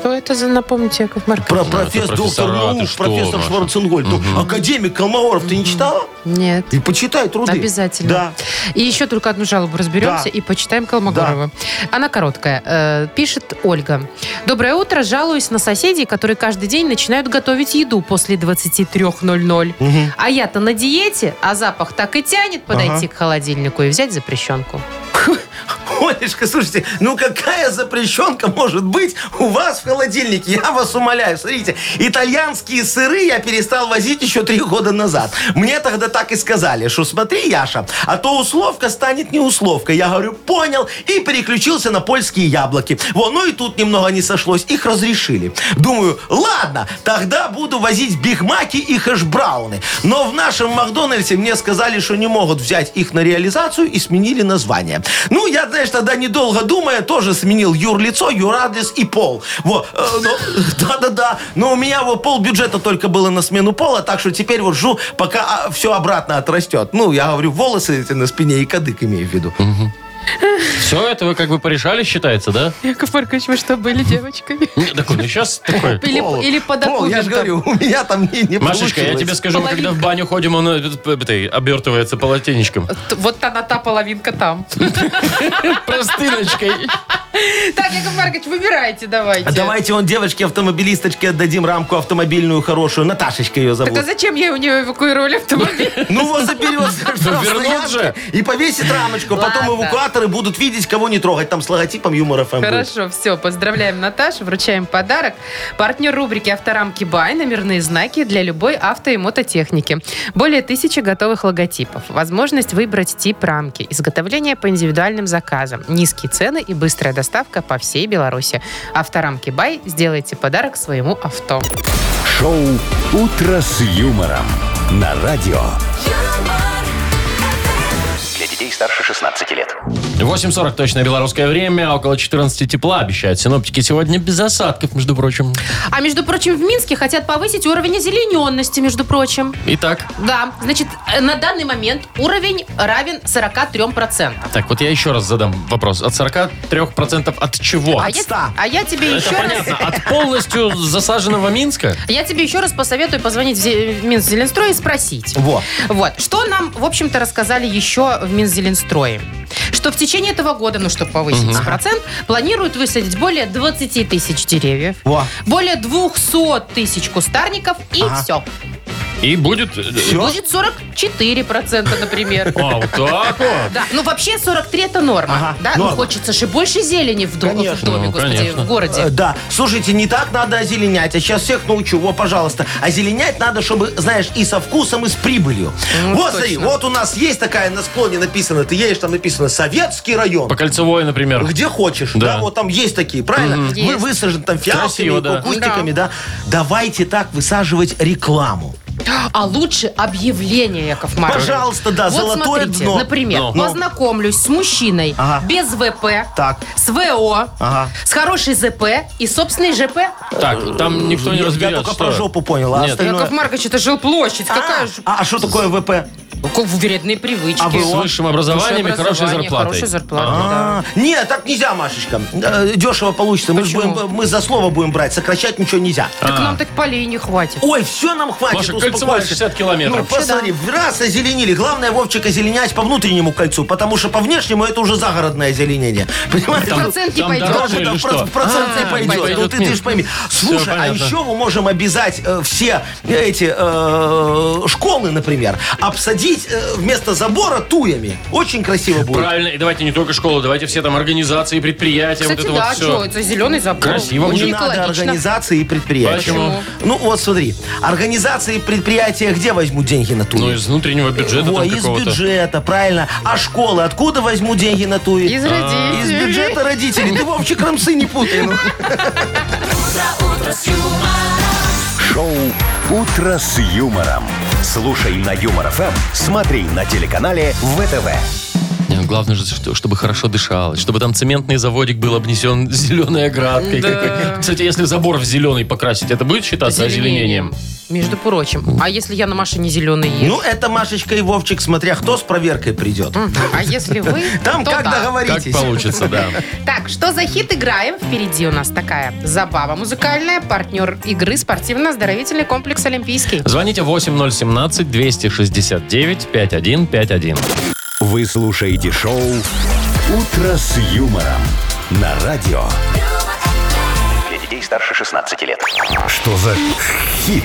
Что это за, напомните, Яков
Про
Маркович?
профессор, доктор
профессора, ты
наук,
что,
профессор
Маша?
Шварценгольд. Ну, Академик Колмогоров, ты не читала?
Нет.
И почитай труды.
Обязательно.
Да.
И еще только одну жалобу разберемся
Да.
и почитаем Колмогорова. Она короткая. Э, Пишет Ольга. Доброе утро. Жалуюсь на соседей, которые каждый день начинают готовить еду после 23.00. А я-то на диете, а запах так и тянет подойти к холодильнику и взять запрещенку.
(laughs) Олечка, слушайте, ну какая запрещенка может быть у вас в холодильнике? Я вас умоляю. Смотрите, итальянские сыры я перестал возить еще три года назад. Мне тогда так и сказали, что смотри, Яша, а то условка станет не условка. Я говорю, понял, и переключился на польские яблоки. Во, ну и тут немного не сошлось, их разрешили. Думаю, ладно, тогда буду возить бигмаки и хэшбрауны. Но в нашем Макдональдсе мне сказали, что не могут взять их на реализацию и сменили название. Ну, я, знаешь, тогда недолго думая, тоже сменил юрлицо, юрадрес и пол. Во, э, ну, (laughs) да-да-да. Но у меня вот пол бюджета только было на смену пола, так что теперь вот жду, пока все обратно отрастет. Ну, я говорю, волосы эти на спине и кадык имею в виду.
Все это вы как бы порешали, считается, да?
Яков Маркович, вы что, были
(laughs)
девочками?
Нет, такой, ну сейчас такой.
Или,
Пол,
или по
пол, я
документам.
же говорю, (laughs) у меня там не, не
Машечка, я
получилось.
тебе скажу, мы когда
Половинка.
в баню ходим, он э, п- этой, обертывается полотенечком.
Т- Вот она, та половинка
(laughs)
там.
Простыночкой.
Так, Яков Маркович, выбирайте давайте.
А давайте он девочке-автомобилисточке отдадим рамку автомобильную хорошую. Наташечка ее зовут.
Так а зачем я у нее эвакуировали автомобиль?
Ну вот
(laughs)
заберет с
вернут же.
штрафстоянки и повесит рамочку. Потом
Ладно.
эвакуаторы будут видеть, кого не трогать. Там с логотипом Юмор ФМ будет.
Хорошо, все, поздравляем Наташу, вручаем подарок. Партнер рубрики «Авторамки Бай» – номерные знаки для любой авто и мототехники. Более тысячи готовых логотипов. Возможность выбрать тип рамки. Изготовление по индивидуальным заказам. Низкие цены и быстрая доставка по всей Беларуси. «Авторамки Бай» – сделайте подарок своему авто.
Шоу «Утро с юмором» на радио.
юмор,
Для детей старше 16 лет.
8.40 точное белорусское время, около 14 тепла обещают синоптики сегодня без осадков, между прочим.
А между прочим, в Минске хотят повысить уровень озелененности, между прочим.
Итак,
Да, значит, э, на данный момент уровень равен 43%.
так вот я еще раз задам вопрос. От 43% от чего?
А я, а я тебе
Это
еще раз...
понятно. От полностью засаженного Минска?
Я тебе еще раз посоветую позвонить в Зе- в Минзеленстрой и спросить.
Во.
Вот. Что нам, в общем-то, рассказали еще в Минзеленстрое? Что в течение этого года, ну, чтобы повысить процент, планируют высадить более 20 тысяч деревьев,
Во.
более 200 тысяч кустарников, и все.
И будет... э,
Будет 44%, например.
А, вот так вот.
Да, ну вообще 43 это норма.
Ага,
да?
норма.
Ну, хочется же больше зелени в, дом- в
Конечно.
доме,
Ну,
господи,
конечно.
в городе.
Э, Да, слушайте, не так надо озеленять, а сейчас всех научу. Во, пожалуйста. Озеленять надо, чтобы, знаешь, и со вкусом, и с прибылью. вот, смотри,
Ну, точно.
вот у нас есть такая на склоне написано, ты едешь, там написано «Советский район».
По кольцевой, например.
Где хочешь, да.
Да.
вот там есть такие, правильно?
Мгм.
Вы
Есть.
высажены там
Красиво,
фиалками,
да.
кукустиками, да. Давайте так высаживать рекламу.
А лучше объявление, Яков Маркович.
Пожалуйста, да,
Вот
золотое
смотрите,
дно.
например,
Ну.
познакомлюсь с мужчиной
Ага.
без ВП,
Так.
с ВО,
Ага.
с хорошей ЗП и собственной ЖП.
Так, там никто не
Я-
разберет,
Я только
что.
про жопу понял, а
Нет.
остальное...
Яков Маркович, это жилплощадь. Какая же
А а что такое ВП?
Какие вредные привычки.
А вы
С
о?
высшим образованием и хорошей
Образование,
зарплатой.
Хорошая зарплата,
А, Нет, так нельзя, Машечка. Э, Дешево получится. Мы, ж
Почему?
будем- мы за слово будем брать, сокращать ничего нельзя.
да. Так нам так полей не хватит.
Ой, все нам хватит,
А. Маша,
успокойся.
кольцевая 60 километров.
Ну, посмотри, в раз озеленили. Главное, Вовчик, озеленять по внутреннему кольцу, потому что по внешнему это уже загородное озеленение. Понимаешь?
Процент не
там
пойдет.
дороже
Тоже
или
там
что?
проц- процент не
А,
пойдет.
пойдет
Ну ты,
мимо.
ты ж пойми. Слушай, а
понятно.
еще мы можем обязать э, все эти э, школы, например, обсадить э, вместо забора туями. Очень красиво будет.
Правильно, и давайте не только школу, давайте все там организации, предприятия,
Кстати,
вот это
да,
вот все.
чё, это зеленый забор.
Красиво
Очень
Не надо
Ну, экологично.
организации и предприятия.
Почему?
Ну вот смотри, организации и предприятия где возьмут деньги на туи?
Ну, из внутреннего бюджета
Во,
там
из
какого-то.
бюджета, правильно. А школы откуда возьмут деньги на туи?
Из родителей.
Из бюджета родителей. Ты, Вовчик, рамсы не путай. ну.
утро с юмором,
Шоу «Утро с юмором». Слушай на Юмор ФМ, смотри на телеканале ВТВ.
Не, Главное же, что- чтобы хорошо дышалось, чтобы там цементный заводик был обнесен (laughs) зеленой оградкой.
Да.
какой. Кстати, если забор в зеленый покрасить, это будет считаться озеленением?
Между прочим. А если я на машине зеленый еду?
Ну, это Машечка и Вовчик, смотря кто с проверкой придет.
А если вы,
Ну. Там
то
как
да.
Как
договоритесь.
получится, да.
Так, что за хит играем? Впереди у нас такая забава музыкальная, партнер игры спортивно-оздоровительный комплекс «Олимпийский».
Звоните 8017-269-5151.
Вы слушаете шоу «Утро с юмором» на радио.
Для детей старше 16 лет.
Что за хит?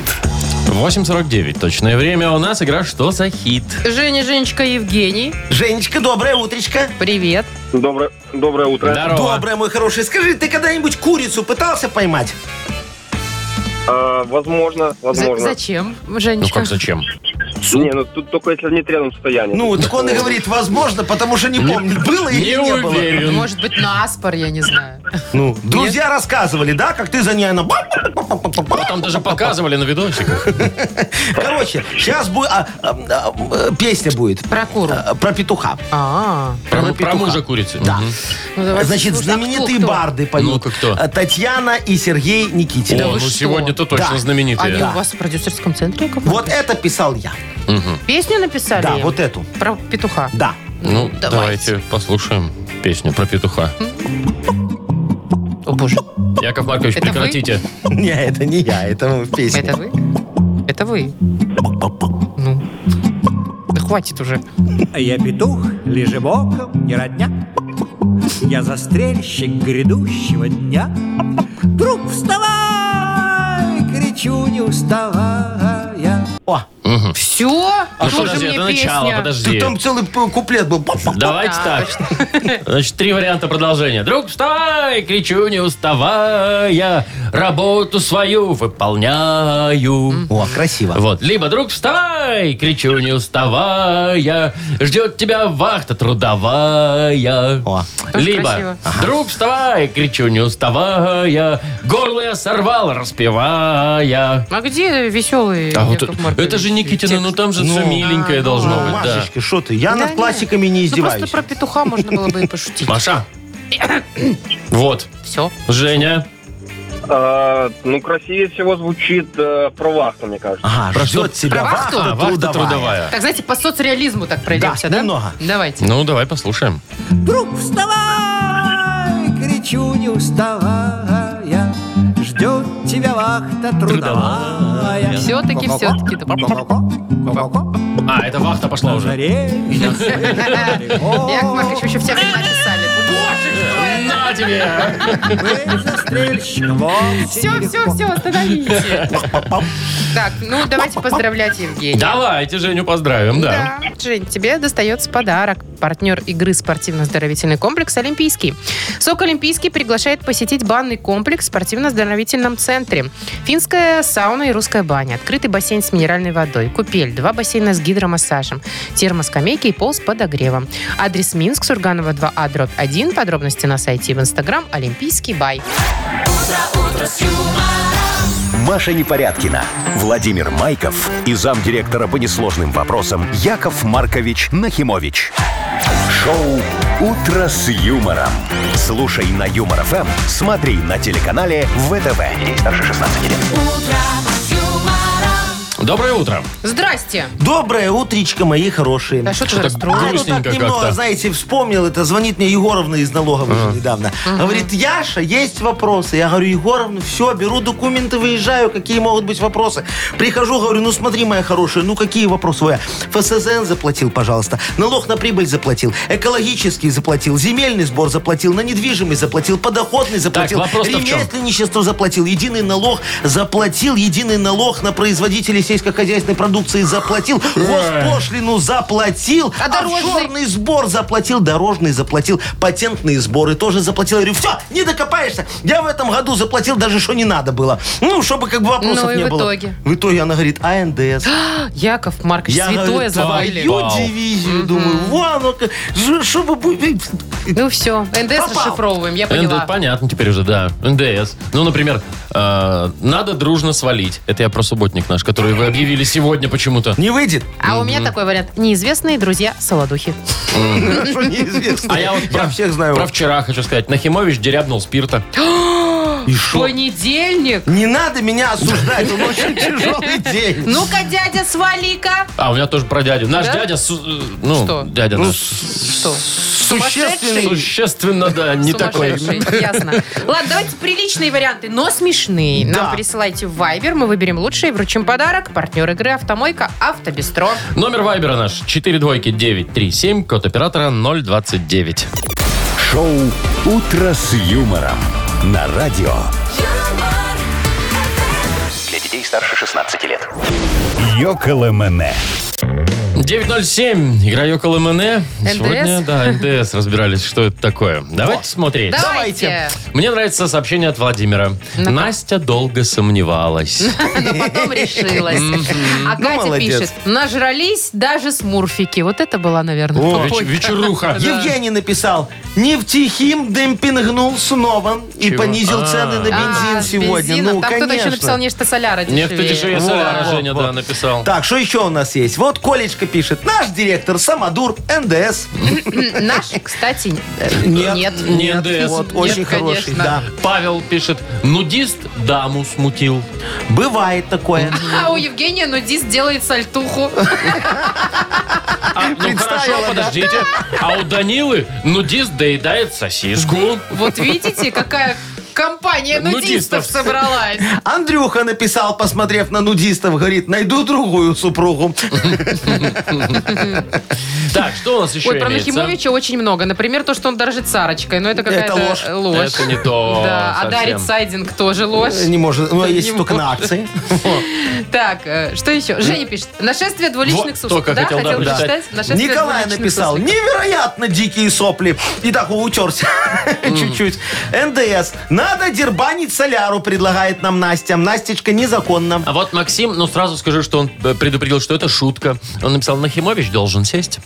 8.49 точное время. У нас игра «Что за хит?».
Женя, Женечка, Евгений,
Женечка, доброе утречко.
привет.
Доброе, доброе утро.
Здорово.
Доброе, мой хороший. Скажи, ты когда-нибудь курицу пытался поймать?
А, возможно,
За-
возможно.
зачем,
Ну
Женечка?
как зачем?
Не, ну тут только если в нетрезвом состоянии.
Ну, так он и говорит, возможно, потому что не помнит, было
Не
или не было.
уверен.
А Может быть, на аспор, я не знаю.
Ну, друзья рассказывали, да, как ты за ней она...
Там даже показывали на видосиках.
Короче, а, сейчас будет... э, песня будет.
Про куру.
А, Про петуха.
А,
Про,
Про
про
петуха.
мужа курицы.
Да. Э,
Мгм.
ну давайте
Значит,
слушать. А
знаменитые
кто, кто?
барды поют.
Ну-ка, кто?
А, Татьяна и Сергей Никитин.
О,
вы
ну
что?
сегодня-то точно
Да.
Они
знаменитые.
у вас в продюсерском центре? Яков
Вот
Маркович?
это писал я.
Песню написали?
Да,
им?
вот эту.
Про петуха.
Да.
Ну, давайте послушаем песню про петуха.
О, боже.
Яков Маркович,
Это вы?
прекратите. Ну,
Не, это не я, это в песне.
Это вы? Это вы? Ну. Да хватит уже.
Хм.
А Я петух, лежебоком не родня. Я застрельщик грядущего дня. Друг, вставай! Кричу, не уставая.
О,
Все?
Ну, подожди, это начало,
ты
подожди.
там целый п- куплет был.
Давайте
А,
так. (laughs) Значит, три варианта продолжения. Друг, вставай, кричу, не уставая, работу свою выполняю.
О, красиво.
Вот. Либо, друг, вставай, кричу, не уставая, ждет тебя вахта трудовая.
О.
Тоже
Либо,
красиво.
друг, вставай, кричу, не уставая, горло я сорвал, распевая.
А где веселый
А вот это же Никитина, ну там же все миленькое
А,
должно
ну,
быть, да.
Машечка, что ты? Я над классиками не
Ну,
издеваюсь.
просто про петуха можно было бы и пошутить.
Маша. Вот.
Все.
Женя.
А, ну, красивее всего звучит э, про вахту, мне кажется.
Ага,
Про что?
ждет тебя
Про вахту?
вахта
А, вахта
трудовая.
трудовая.
Так, знаете, по соцреализму так пройдемся, да?
немного.
Давайте.
Ну, давай послушаем.
Друг, вставай! Кричу, не уставая. Ждет тебя вахта трудовая.
Все-таки, все-таки.
А, это вахта пошла уже.
Яков Маркович, еще все написали.
На тебе!
Все, все, все, остановите. Так, ну давайте поздравлять Евгения.
Давайте Женю поздравим, да.
Жень, тебе достается подарок. Партнер игры спортивно-оздоровительный комплекс «Олимпийский». СОК «Олимпийский» приглашает посетить банный комплекс в спортивно-оздоровительном центре. Финская сауна и русская баня, открытый бассейн с минеральной водой, купель, два бассейна с гидромассажем, термоскамейки и пол с подогревом. Адрес Минск, Сурганова 2А, дробь 1. Подробности на сайте и в Инстаграм «Олимпийский бай».
Маша Непорядкина, Владимир Майков и замдиректора по несложным вопросам Яков Маркович Нахимович. Шоу «Утро с юмором». Слушай на Юмор ФМ, смотри на телеканале ВТВ. Здесь старше 16 лет.
Доброе утро.
Здрасте!
Доброе утречко, мои хорошие.
А что ты
Что-то
расстроен?
ну так
Грустненько
немного,
как-то.
знаете, вспомнил, это звонит мне Егоровна из налоговой же недавно. Говорит, Яша, есть вопросы. Я говорю, Егоровна, все, беру документы, выезжаю, какие могут быть вопросы. Прихожу, говорю, ну смотри, моя хорошая, ну какие вопросы? Ой, ФСЗН заплатил, пожалуйста, налог на прибыль заплатил, экологический заплатил, земельный сбор заплатил, на недвижимость заплатил, подоходный заплатил,
вопрос-то в чем?
ремесленничество заплатил, единый налог заплатил, единый налог на производителей сельскохозяйственной продукции заплатил, госпошлину заплатил,
А дорожный?
офшорный сбор заплатил, дорожный заплатил, патентные сборы тоже заплатил. Я говорю, все, не докопаешься. Я в этом году заплатил даже, что не надо было. Ну, чтобы как бы вопросов
Ну и
не
в
было.
итоге?
В итоге она говорит, а
(gasps)
НДС?
Яков Маркович,
Я
святое
говорю,
забыли.
твою дивизию, думаю, вон, ну-ка, ж- чтобы... бу-
Ну все, НДС
Попал.
расшифровываем, я поняла.
НД, понятно теперь уже, да. НДС. Ну, например, э, надо дружно свалить. Это я про субботник наш, который в которые объявили сегодня почему-то.
Не выйдет? (laughs)
А у меня такой вариант. Неизвестные друзья Солодухи.
Что неизвестно.
А я вот про,
всех знаю.
про вчера хочу сказать. Нахимович дерябнул спирта.
И шо?
Понедельник.
Не надо меня осуждать, он
(laughs)
очень тяжелый день.
Ну,
Ну-ка, дядя, свали-ка.
А у меня тоже про дядю. Наш
Да?
дядя, су- э, ну,
Что?
дядя
Ну,
наш
Что?
существенный.
существенно, да, не такой.
Сумасшедший, Ясно. Ладно, давайте приличные варианты, но смешные. Нам
Да.
присылайте в Viber, мы выберем лучший и вручим подарок. Партнер игры «Автомойка Автобестро».
Номер вайбера наш 4 двойки 937, код оператора 029.
Шоу «Утро с юмором» на радио.
юмор,
Для детей старше 16 лет.
Йоколэмэне.
907, игра около МН. Сегодня, да, НДС разбирались, что это такое. Давайте смотреть.
Давайте.
Мне нравится сообщение от Владимира. Настя долго сомневалась.
Но потом решилась. А Катя
Ну, молодец.
пишет, нажрались даже смурфики. Вот это была, наверное,
О,
попойка.
веч- вечеруха.
Евгений написал, Нефтехим демпингнул снова и
Чего?
понизил
А.
цены на бензин
А,
сегодня.
бензина.
Ну,
Там кто-то еще написал
конечно.
нечто соляра
Нефть дешевле
Вот,
соляра,
вот,
Женя,
вот.
да, написал.
Так, что еще у нас есть? Вот Колечка пишет. Наш директор Самодур НДС.
Наш, кстати, э,
Нет,
нет.
не НДС.
Вот, очень
нет,
хороший,
конечно.
да.
Павел пишет, нудист даму смутил.
Бывает такое.
А у Евгения нудист делает сальтуху.
А, ну
Представила,
хорошо,
да.
подождите. А у Данилы нудист доедает сосиску.
Вот видите, какая компания нудистов
Нудистов.
собралась.
Андрюха написал, посмотрев на нудистов, говорит, найду другую супругу.
Так, что у нас еще
Ой, про
имеется?
Нахимовича очень много. Например, то, что он дорожит Сарочкой. Но это
Это
какая-то
ложь.
э, ложь.
Это не то
Да, а
совсем.
Дарит Сайдинг тоже ложь.
Не может, ну, если
не
только
может.
на акции.
Так, э, что еще? Женя пишет. Нашествие двуличных
Вот,
сусликов.
только хотел, да, прочитать.
Нашествие
Николай
двуличных
написал,
сусликов.
невероятно дикие сопли. И
(laughs)
так утерся чуть-чуть. НДС, надо дербанить соляру, предлагает нам Настя. Настечка, незаконно.
А вот Максим, ну сразу скажу, что он э, предупредил, что это шутка. Он написал, Нахимович должен сесть.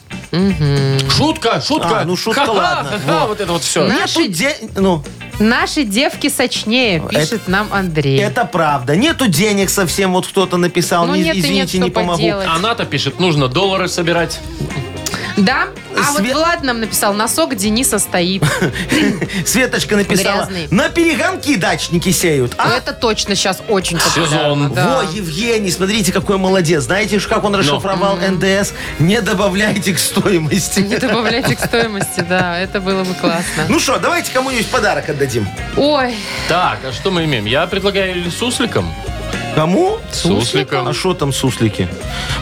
Шутка, шутка.
А, ну, шутка,
Ха-ха,
ладно.
ха-ха, вот это вот все.
Нету де- ну,
Наши девки сочнее, пишет нам Андрей.
это правда. Нету денег совсем, вот кто-то написал.
Ну
Не-
нет и
извините,
нет, что
не помогу.
поделать.
Она-то пишет, нужно доллары собирать.
Да? А вот
Све-
Влад нам написал, носок Дениса
(laughs)
стоит.
(laughs) Светочка написала,
Грязный.
на перегонки дачники сеют.
Ну,
А?
Это точно сейчас очень популярно.
Сезон.
да.
Во, Евгений, смотрите, какой молодец. Знаете ж, как он расшифровал НДС? Не добавляйте к стоимости.
Ну. Не добавляйте к стоимости, да, это было бы классно.
Ну что, давайте кому-нибудь подарок отдадим.
Ой,
Так, а что мы имеем? Я предлагаю или сусликом.
Кому?
Сусликом.
А что там суслики?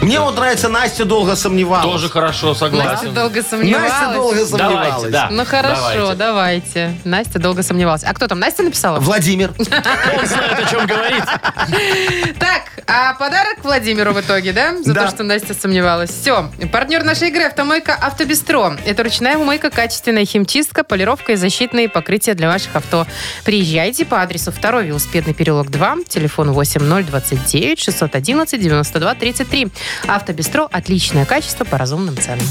Мне вот нравится, Настя долго сомневалась.
Тоже хорошо,
А Настя
согласен.
долго
Настя
сомневалась.
долго сомневалась.
Давайте, да.
Ну хорошо,
Давайте.
давайте. Настя долго сомневалась. А кто там? Настя написала? (laughs)
Владимир.
Он знает, о чем говорит.
Так, а подарок Владимиру в итоге, да? За
Да.
то, что Настя сомневалась. Все. Партнер нашей игры «Автомойка Автобестро». Это ручная мойка, качественная химчистка, полировка и защитные покрытия для ваших авто. Приезжайте по адресу 2 велосипедный переулок 2, телефон 8029 611 92 33. «Автобестро» – отличное качество по разумным ценам.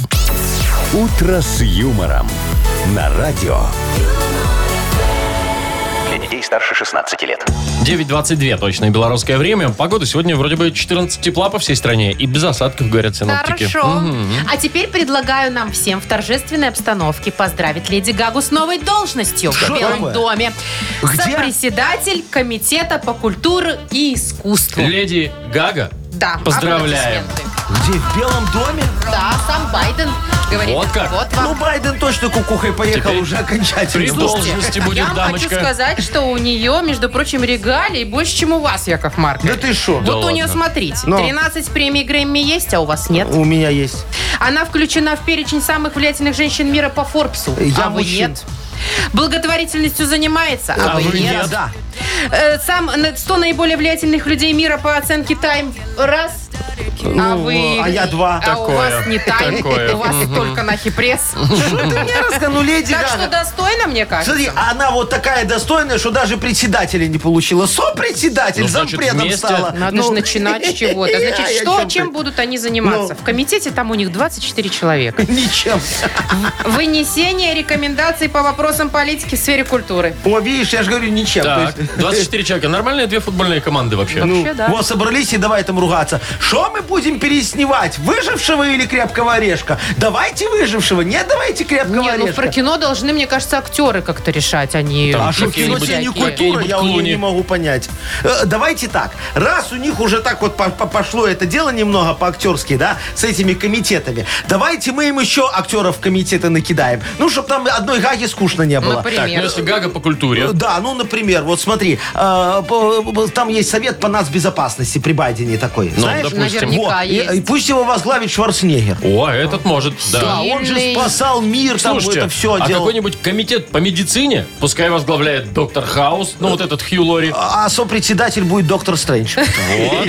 «Утро с юмором» на радио.
Для детей старше 16 лет.
9.22 точное белорусское время. Погода сегодня вроде бы 14 тепла по всей стране. И без осадков, говорят синоптики.
Хорошо.
Мгм.
А теперь предлагаю нам всем в торжественной обстановке поздравить Леди Гагу с новой должностью
Что
в Белом
такое?
доме.
Где?
Сопредседатель Комитета по культуре и искусству.
Леди Гага.
Да,
Поздравляем.
аплодисменты.
Где? В Белом доме?
Да, сам Байден говорит.
Вот как?
вам.
Ну, Байден точно кукухой поехал
Теперь
уже окончательно.
при
Должен.
должности
Я
будет
вам хочу
дамочка.
сказать, что у нее, между прочим, регалий больше, чем у вас, Яков
Да
Маркович.
ты что?
Вот у
ладно.
нее, смотрите,
Ну.
13 премий Грэмми есть, а у вас нет.
У меня есть.
Она включена в перечень самых влиятельных женщин мира по Форбсу.
Я
а вы
мужчин.
нет. Благотворительностью занимается, а, вы, нет. (laughs)
Да.
Э, Сам на- 100 наиболее влиятельных людей мира по оценке Time. Раз.
таблетки. А вы...
а я два.
А у
Такое.
вас не тайм,
Такое.
у вас только на хипресс.
(laughs) Что ты мне рассказал? Ну, леди
Так что
Гага.
достойно, мне кажется.
Смотри, а она вот такая достойная, что даже председателя не получила. Сопредседатель,
Ну, значит,
зампредом
вместе.
стала.
Надо
Ну,
же начинать
(laughs)
с чего-то.
а
Значит,
я
что,
чё
чем
(laughs) при-
будут они заниматься?
Ну.
В комитете там у них 24 человека.
Ничем.
Вынесение рекомендаций по вопросам политики в сфере культуры.
О, видишь, я же говорю, ничем.
Так,
То есть-
24 человека. Нормальные две футбольные команды вообще.
Ну,
Вообще, да.
Вот собрались и давай там ругаться. Что мы будем пересневать? Выжившего или крепкого орешка? Давайте выжившего. Нет, давайте крепкого
Не, ну
орешка.
про кино должны, мне кажется, актеры как-то решать, они...
Там
А что в кино
какие-нибудь-
тебе не
какие-нибудь
культура, я уже
клуни.
не могу понять. Э, Давайте так. Раз у них уже так вот по- по- пошло это дело немного по-актерски, да, с этими комитетами, давайте мы им еще актеров в комитеты накидаем. Ну, чтобы там одной гаги скучно не было.
Так, ну
Например.
если Гага по культуре.
Э, Да, ну, например, вот смотри, э, по- по- там есть совет по нацбезопасности при Байдене такой.
Ну,
знаешь?
допустим.
наверняка.
Во, и-
есть.
и пусть его возглавит Шварценеггер.
О, а этот может, да.
Да, он же
Сильный.
спасал мир, там
Слушайте,
это все
а
делал.
какой-нибудь комитет по медицине, пускай возглавляет доктор Хаус, ну вот этот Хью Лори.
А сопредседатель будет доктор Стрэндж.
Вот.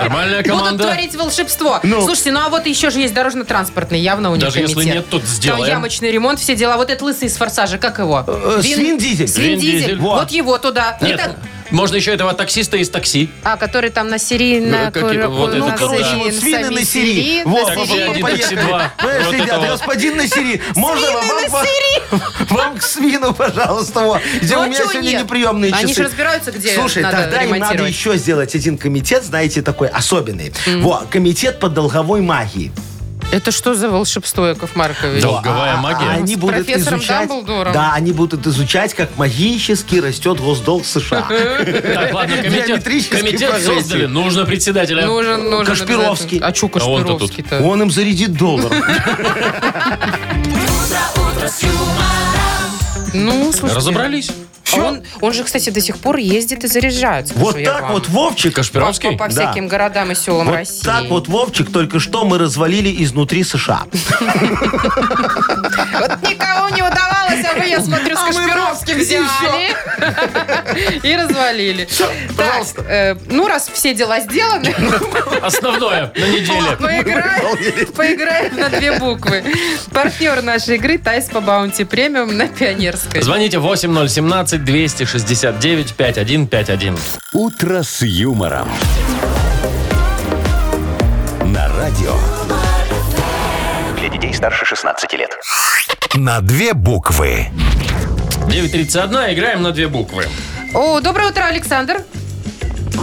Нормальная
Будут
команда.
творить волшебство. Слушайте, ну а вот еще же есть дорожно-транспортный, явно у них
Даже если
комитет.
нет, тут сделаем.
Там ямочный ремонт, все дела. Вот этот лысый из «Форсажа», как его?
э, Свин Дизель.
Свин
Свин
Дизель.
Дизель.
Во.
Вот его туда. Ну,
Нет,
так-
можно еще этого таксиста из такси.
А, который там на серийно...
Ну, как это, вот
Ну,
этот,
короче, вот свины на Сирии. Вот,
Так,
вот,
вообще,
вот,
один
поехали.
такси, два.
Понимаешь,
Вот
ребят,
это вот.
господин на Сирии, можно вам, вам, (laughs) вам к свину, пожалуйста, вот. Где
Ну, а
у меня
чего
сегодня
нет?
неприемные часы.
Они же разбираются, где
Слушай,
надо
тогда им надо
ремонтировать.
еще сделать один комитет, знаете, такой особенный. Во, комитет по долговой магии.
Это что за волшебство, Яков Маркович?
Да. Долговая
А- а-
магия?
а они
С
будут
профессором
изучать,
Дамблдором.
Да, они будут изучать, как магически растет
(laughs)
госдолг США. (laughs)
Так, ладно, комитет,
Геометрические
комитет
прогрессии.
создали, нужно председателя.
Нужен, нужен
Кашпировский.
обязательно. А чё
А он-то тут.
Кашпировский-то?
Он им зарядит доллар.
Ну, слушайте.
Разобрались.
А Он, он же, кстати, до сих пор ездит и заряжается.
Вот
скажу я
так
вам.
вот, Вовчик.
Кашпировский?
По всяким городам и селам
Вот
России.
так вот, Вовчик, только что мы развалили изнутри США.
Вот никого не удавалось, а вы, я смотрю, с
А мы
Кашпировским
раз, и
взяли и развалили. Так, э, ну, раз все дела сделаны,
Ну,
Основное на неделе.
(laughs) поиграем поиграем на две буквы. Партнер нашей игры Тайс по Баунти Премиум на Пионерской.
Звоните 8017-269-5151.
«Утро с юмором». На радио.
Для детей старше 16 лет.
На две буквы.
9.31, играем на две буквы.
О, доброе утро, Александр.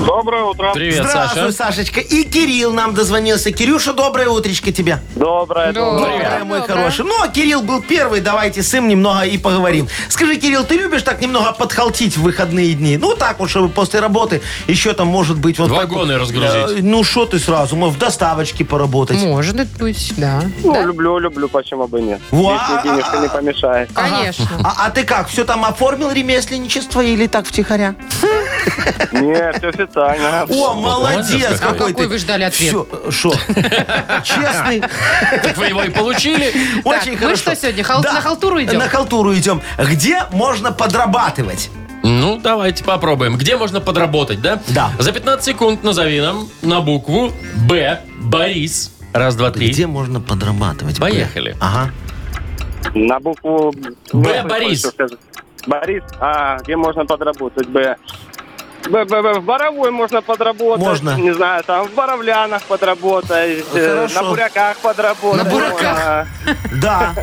Доброе утро.
Привет, Саша.
Здравствуй, Сашечка. И Кирилл нам дозвонился. Кирюша, доброе утречко тебе.
Доброе.
Доброе, мой
Доброе.
хороший. Ну, а Кирилл был первый, давайте с ним немного и поговорим. Скажи, Кирилл, ты любишь так немного подхалтить в выходные дни? Ну, так вот, чтобы после работы еще там, может быть... Вот
Вагоны
так вот,
разгрузить. Ну.
э, ну, что ты сразу? Может, в доставочке поработать?
Может быть, да.
Ну, люблю, люблю, почему бы нет.
Во.
Лишние денежки не помешает.
Конечно.
А, а ты как, все там оформил ремесленничество или так втихаря?
Нет, все официально.
(laughs) О, молодец
молодец какой.
какой ты.
А какой вы ждали ответ?
Всё, э, Шо? (laughs) Честный.
Так вы его и получили.
Так,
Очень
мы
хорошо.
что сегодня, хал- на халтуру идем?
На халтуру идем. Где можно подрабатывать?
Ну, давайте попробуем. Где можно подработать, да?
Да.
За 15 секунд назови нам на букву Б. Борис. Раз, два, три.
Где можно подрабатывать?
Поехали.
Ага.
На букву...
Б,
Б,
Борис.
Борис, а где можно подработать? Б. Б, Б, Б, в Боровой можно подработать.
Можно.
Не знаю, там в Боровлянах подработать. э,
Хорошо.
На Буряках подработать.
На Бураках.
можно.
(laughs)
Да.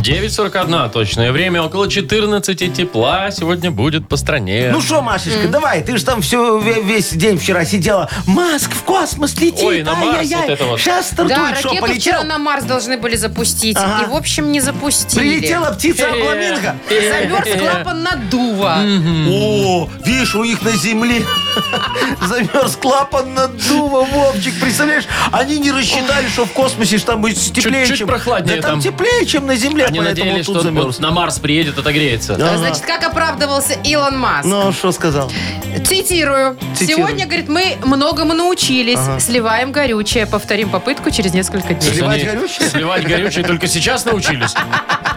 9.41 точное время. Около 14 тепла сегодня будет по стране.
Ну что, Машечка, давай, ты же там все, весь день вчера сидела. Маск в космос летит.
Ой, на Марс
ай-яй-яй.
вот это вот.
Сейчас
Да,
стартует, что,
ракету
полетел?
вчера на Марс должны были запустить.
Ага.
И, в общем, не запустили.
Прилетела птица Фламинго.
Замерз клапан надува.
О, видишь, у них на земле (laughs) замерз клапан наддува, Вовчик. Представляешь, они не рассчитали, что в космосе ж там будет теплее,
Чуть-чуть
чем...
прохладнее
Да
там.
там теплее, чем на земле,
Они
поэтому он
надеялись,
тут
что вот
замерз.
на Марс приедет, отогреется.
А, Значит, как оправдывался Илон Маск?
Ну, что сказал?
Цитирую.
Цитируй.
Сегодня, говорит, мы многому научились. Сливаем горючее. Повторим попытку через
То
несколько
есть
дней.
Сливать
они
горючее?
Сливать горючее только сейчас научились.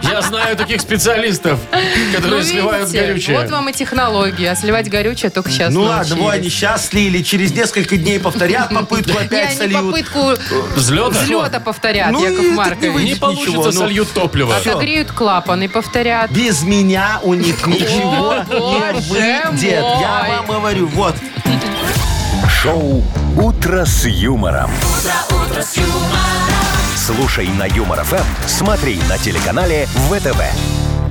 Я знаю таких специалистов, которые сливают
Ну, видите,
горючее.
вот вам и технологии. А сливать горючее только сейчас
Ну
научились.
ладно, вот они сейчас слили, через несколько дней повторят
(laughs)
попытку,
Я
опять
не
сольют.
попытку
Взлета?
взлета А повторят,
Ну и
Яков
так не
Маркович.
выйдет.
Не
Ничего,
получится,
ну.
сольют топливо.
Всё.
Отогреют клапан и повторят.
Без меня у них ничего
О,
не
боже
выйдет. Я
мой.
вам говорю, вот.
Шоу «Утро с юмором».
утро, утро с юмором,
Слушай на Юмор ФМ, смотри на телеканале ВТВ.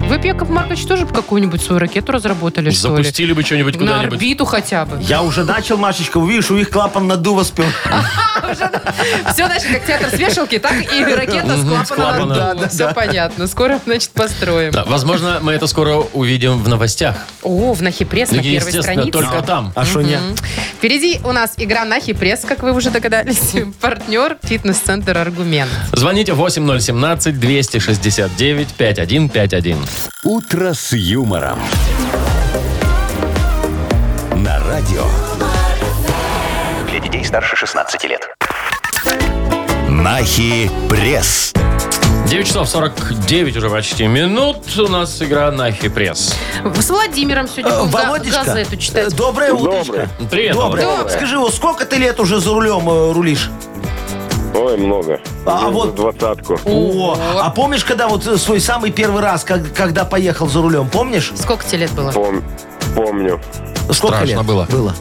Вы, б, Яков Маркович, тоже бы какую-нибудь свою ракету разработали, что ли?
Запустили бы что-нибудь
На
куда-нибудь.
орбиту хотя бы.
Я уже начал, Машечка, видишь, у них клапан наддува спер.
Все, значит, как театр с вешалки, так и ракета с клапана
клапана.
наддува. Все понятно. Скоро, значит, построим.
Да, возможно, мы это скоро увидим в новостях.
О, в Нахи Пресс
И,
на первой
Ну, Естественно,
странице.
только там.
А что нет?
Впереди у нас игра Нахи Пресс, как вы уже (laughs) догадались. Партнер фитнес-центр «Аргумент».
Звоните 8017-269-5151.
«Утро с юмором». На радио
Для детей старше 16 лет.
«Нахи Пресс».
9 часов 49 уже почти минут. У нас игра на пресс.
С Владимиром сегодня
Э,
будем га-
Володечка,
газету
э,
читать.
доброе утро.
Доброе.
Привет.
Доброе.
Доброе.
Скажи, вот сколько ты лет уже за рулем э, рулишь?
Ой, много.
А,
Я
вот-
за Двадцатку.
О, а помнишь, когда вот э, свой самый первый раз, как- когда поехал за рулем, помнишь?
Сколько тебе лет было?
Пом- Помню.
Сколько
Страшно
лет
было.
Было.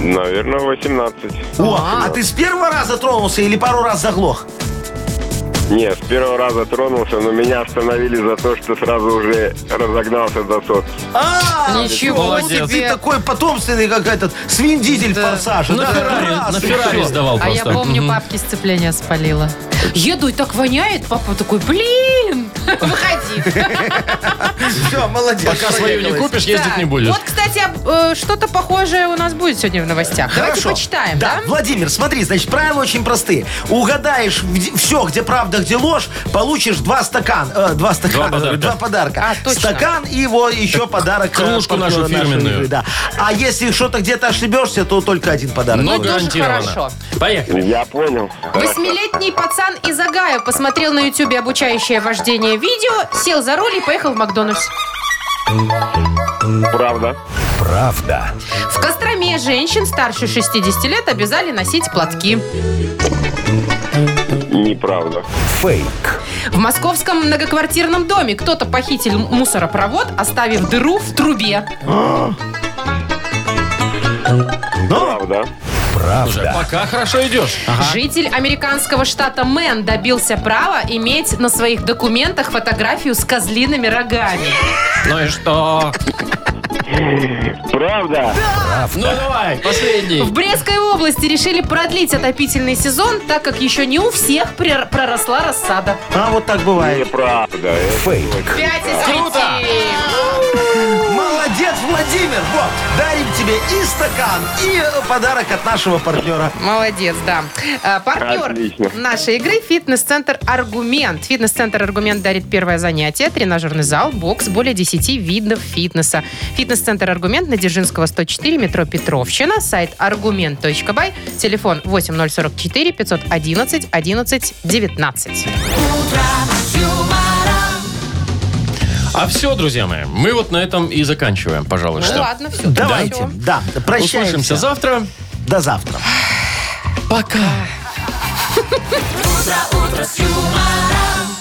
Наверное, 18.
О, а ты с первого раза тронулся или пару раз заглох?
Не, с первого раза тронулся, но меня остановили за то, что сразу уже разогнался до сотки.
А,
Ничего
вот
себе.
Ты такой потомственный, как этот, свиндизель
Да.
форсажа.
На
да,
Феррари,
раз,
на
и
Феррари
всё.
сдавал
А я
просто.
помню, папки сцепление спалила. Еду и так воняет. Папа такой, блин, (laughs) Выходи.
Все, молодец.
Пока свою не
проехалась.
купишь, ездить
Так,
не будешь.
Вот, кстати, об- э, что-то похожее у нас будет сегодня в новостях. Давайте
Хорошо.
почитаем, да?
Владимир, смотри, значит, правила очень простые. Угадаешь все, где правда, где ложь, получишь два стакана. э, два стакана,
подарка.
говорю, два подарка.
А, точно.
Стакан и его еще подарок. э,
кружку нашу
партнера нашей
фирменную.
игры, да. А если что-то где-то ошибешься, то только один подарок.
Но
тоже
гарантированно.
хорошо.
Поехали.
Я понял.
Восьмилетний пацан из Агая посмотрел на ютюбе обучающее вождение видео, сел за руль и поехал в Макдональдс.
Правда.
Правда.
В Костроме женщин старше 60 лет обязали носить платки.
Неправда.
Фейк.
В московском многоквартирном доме кто-то похитил мусоропровод, оставив дыру в трубе.
Правда.
Правда.
Пока хорошо идешь.
Житель американского штата Мэн добился права иметь на своих документах фотографию с козлиными рогами.
Ну и что?
Правда.
Ну давай, последний.
В Брестской области решили продлить отопительный сезон, так как еще не у всех прер- проросла рассада.
А вот так бывает.
Неправда.
Фейк.
Пять из
Круто!
пяти.
Молодец, Владимир! Вот, дарим тебе и стакан, и э, подарок от нашего партнера.
Молодец, да. А, Партнер
Отлично.
нашей игры – фитнес-центр «Аргумент». Фитнес-центр «Аргумент» дарит первое занятие, тренажерный зал, бокс, более 10 видов фитнеса. Фитнес-центр «Аргумент» на Дзержинского, 104, метро Петровщина, сайт argument.by, телефон 8044 511 11 19.
А все, друзья мои, мы вот на этом и заканчиваем, пожалуй,
Ну
что.
ладно, все.
Давайте, да,
Услышимся
прощаемся.
завтра.
До завтра.
Пока.
утро, утро с юмором.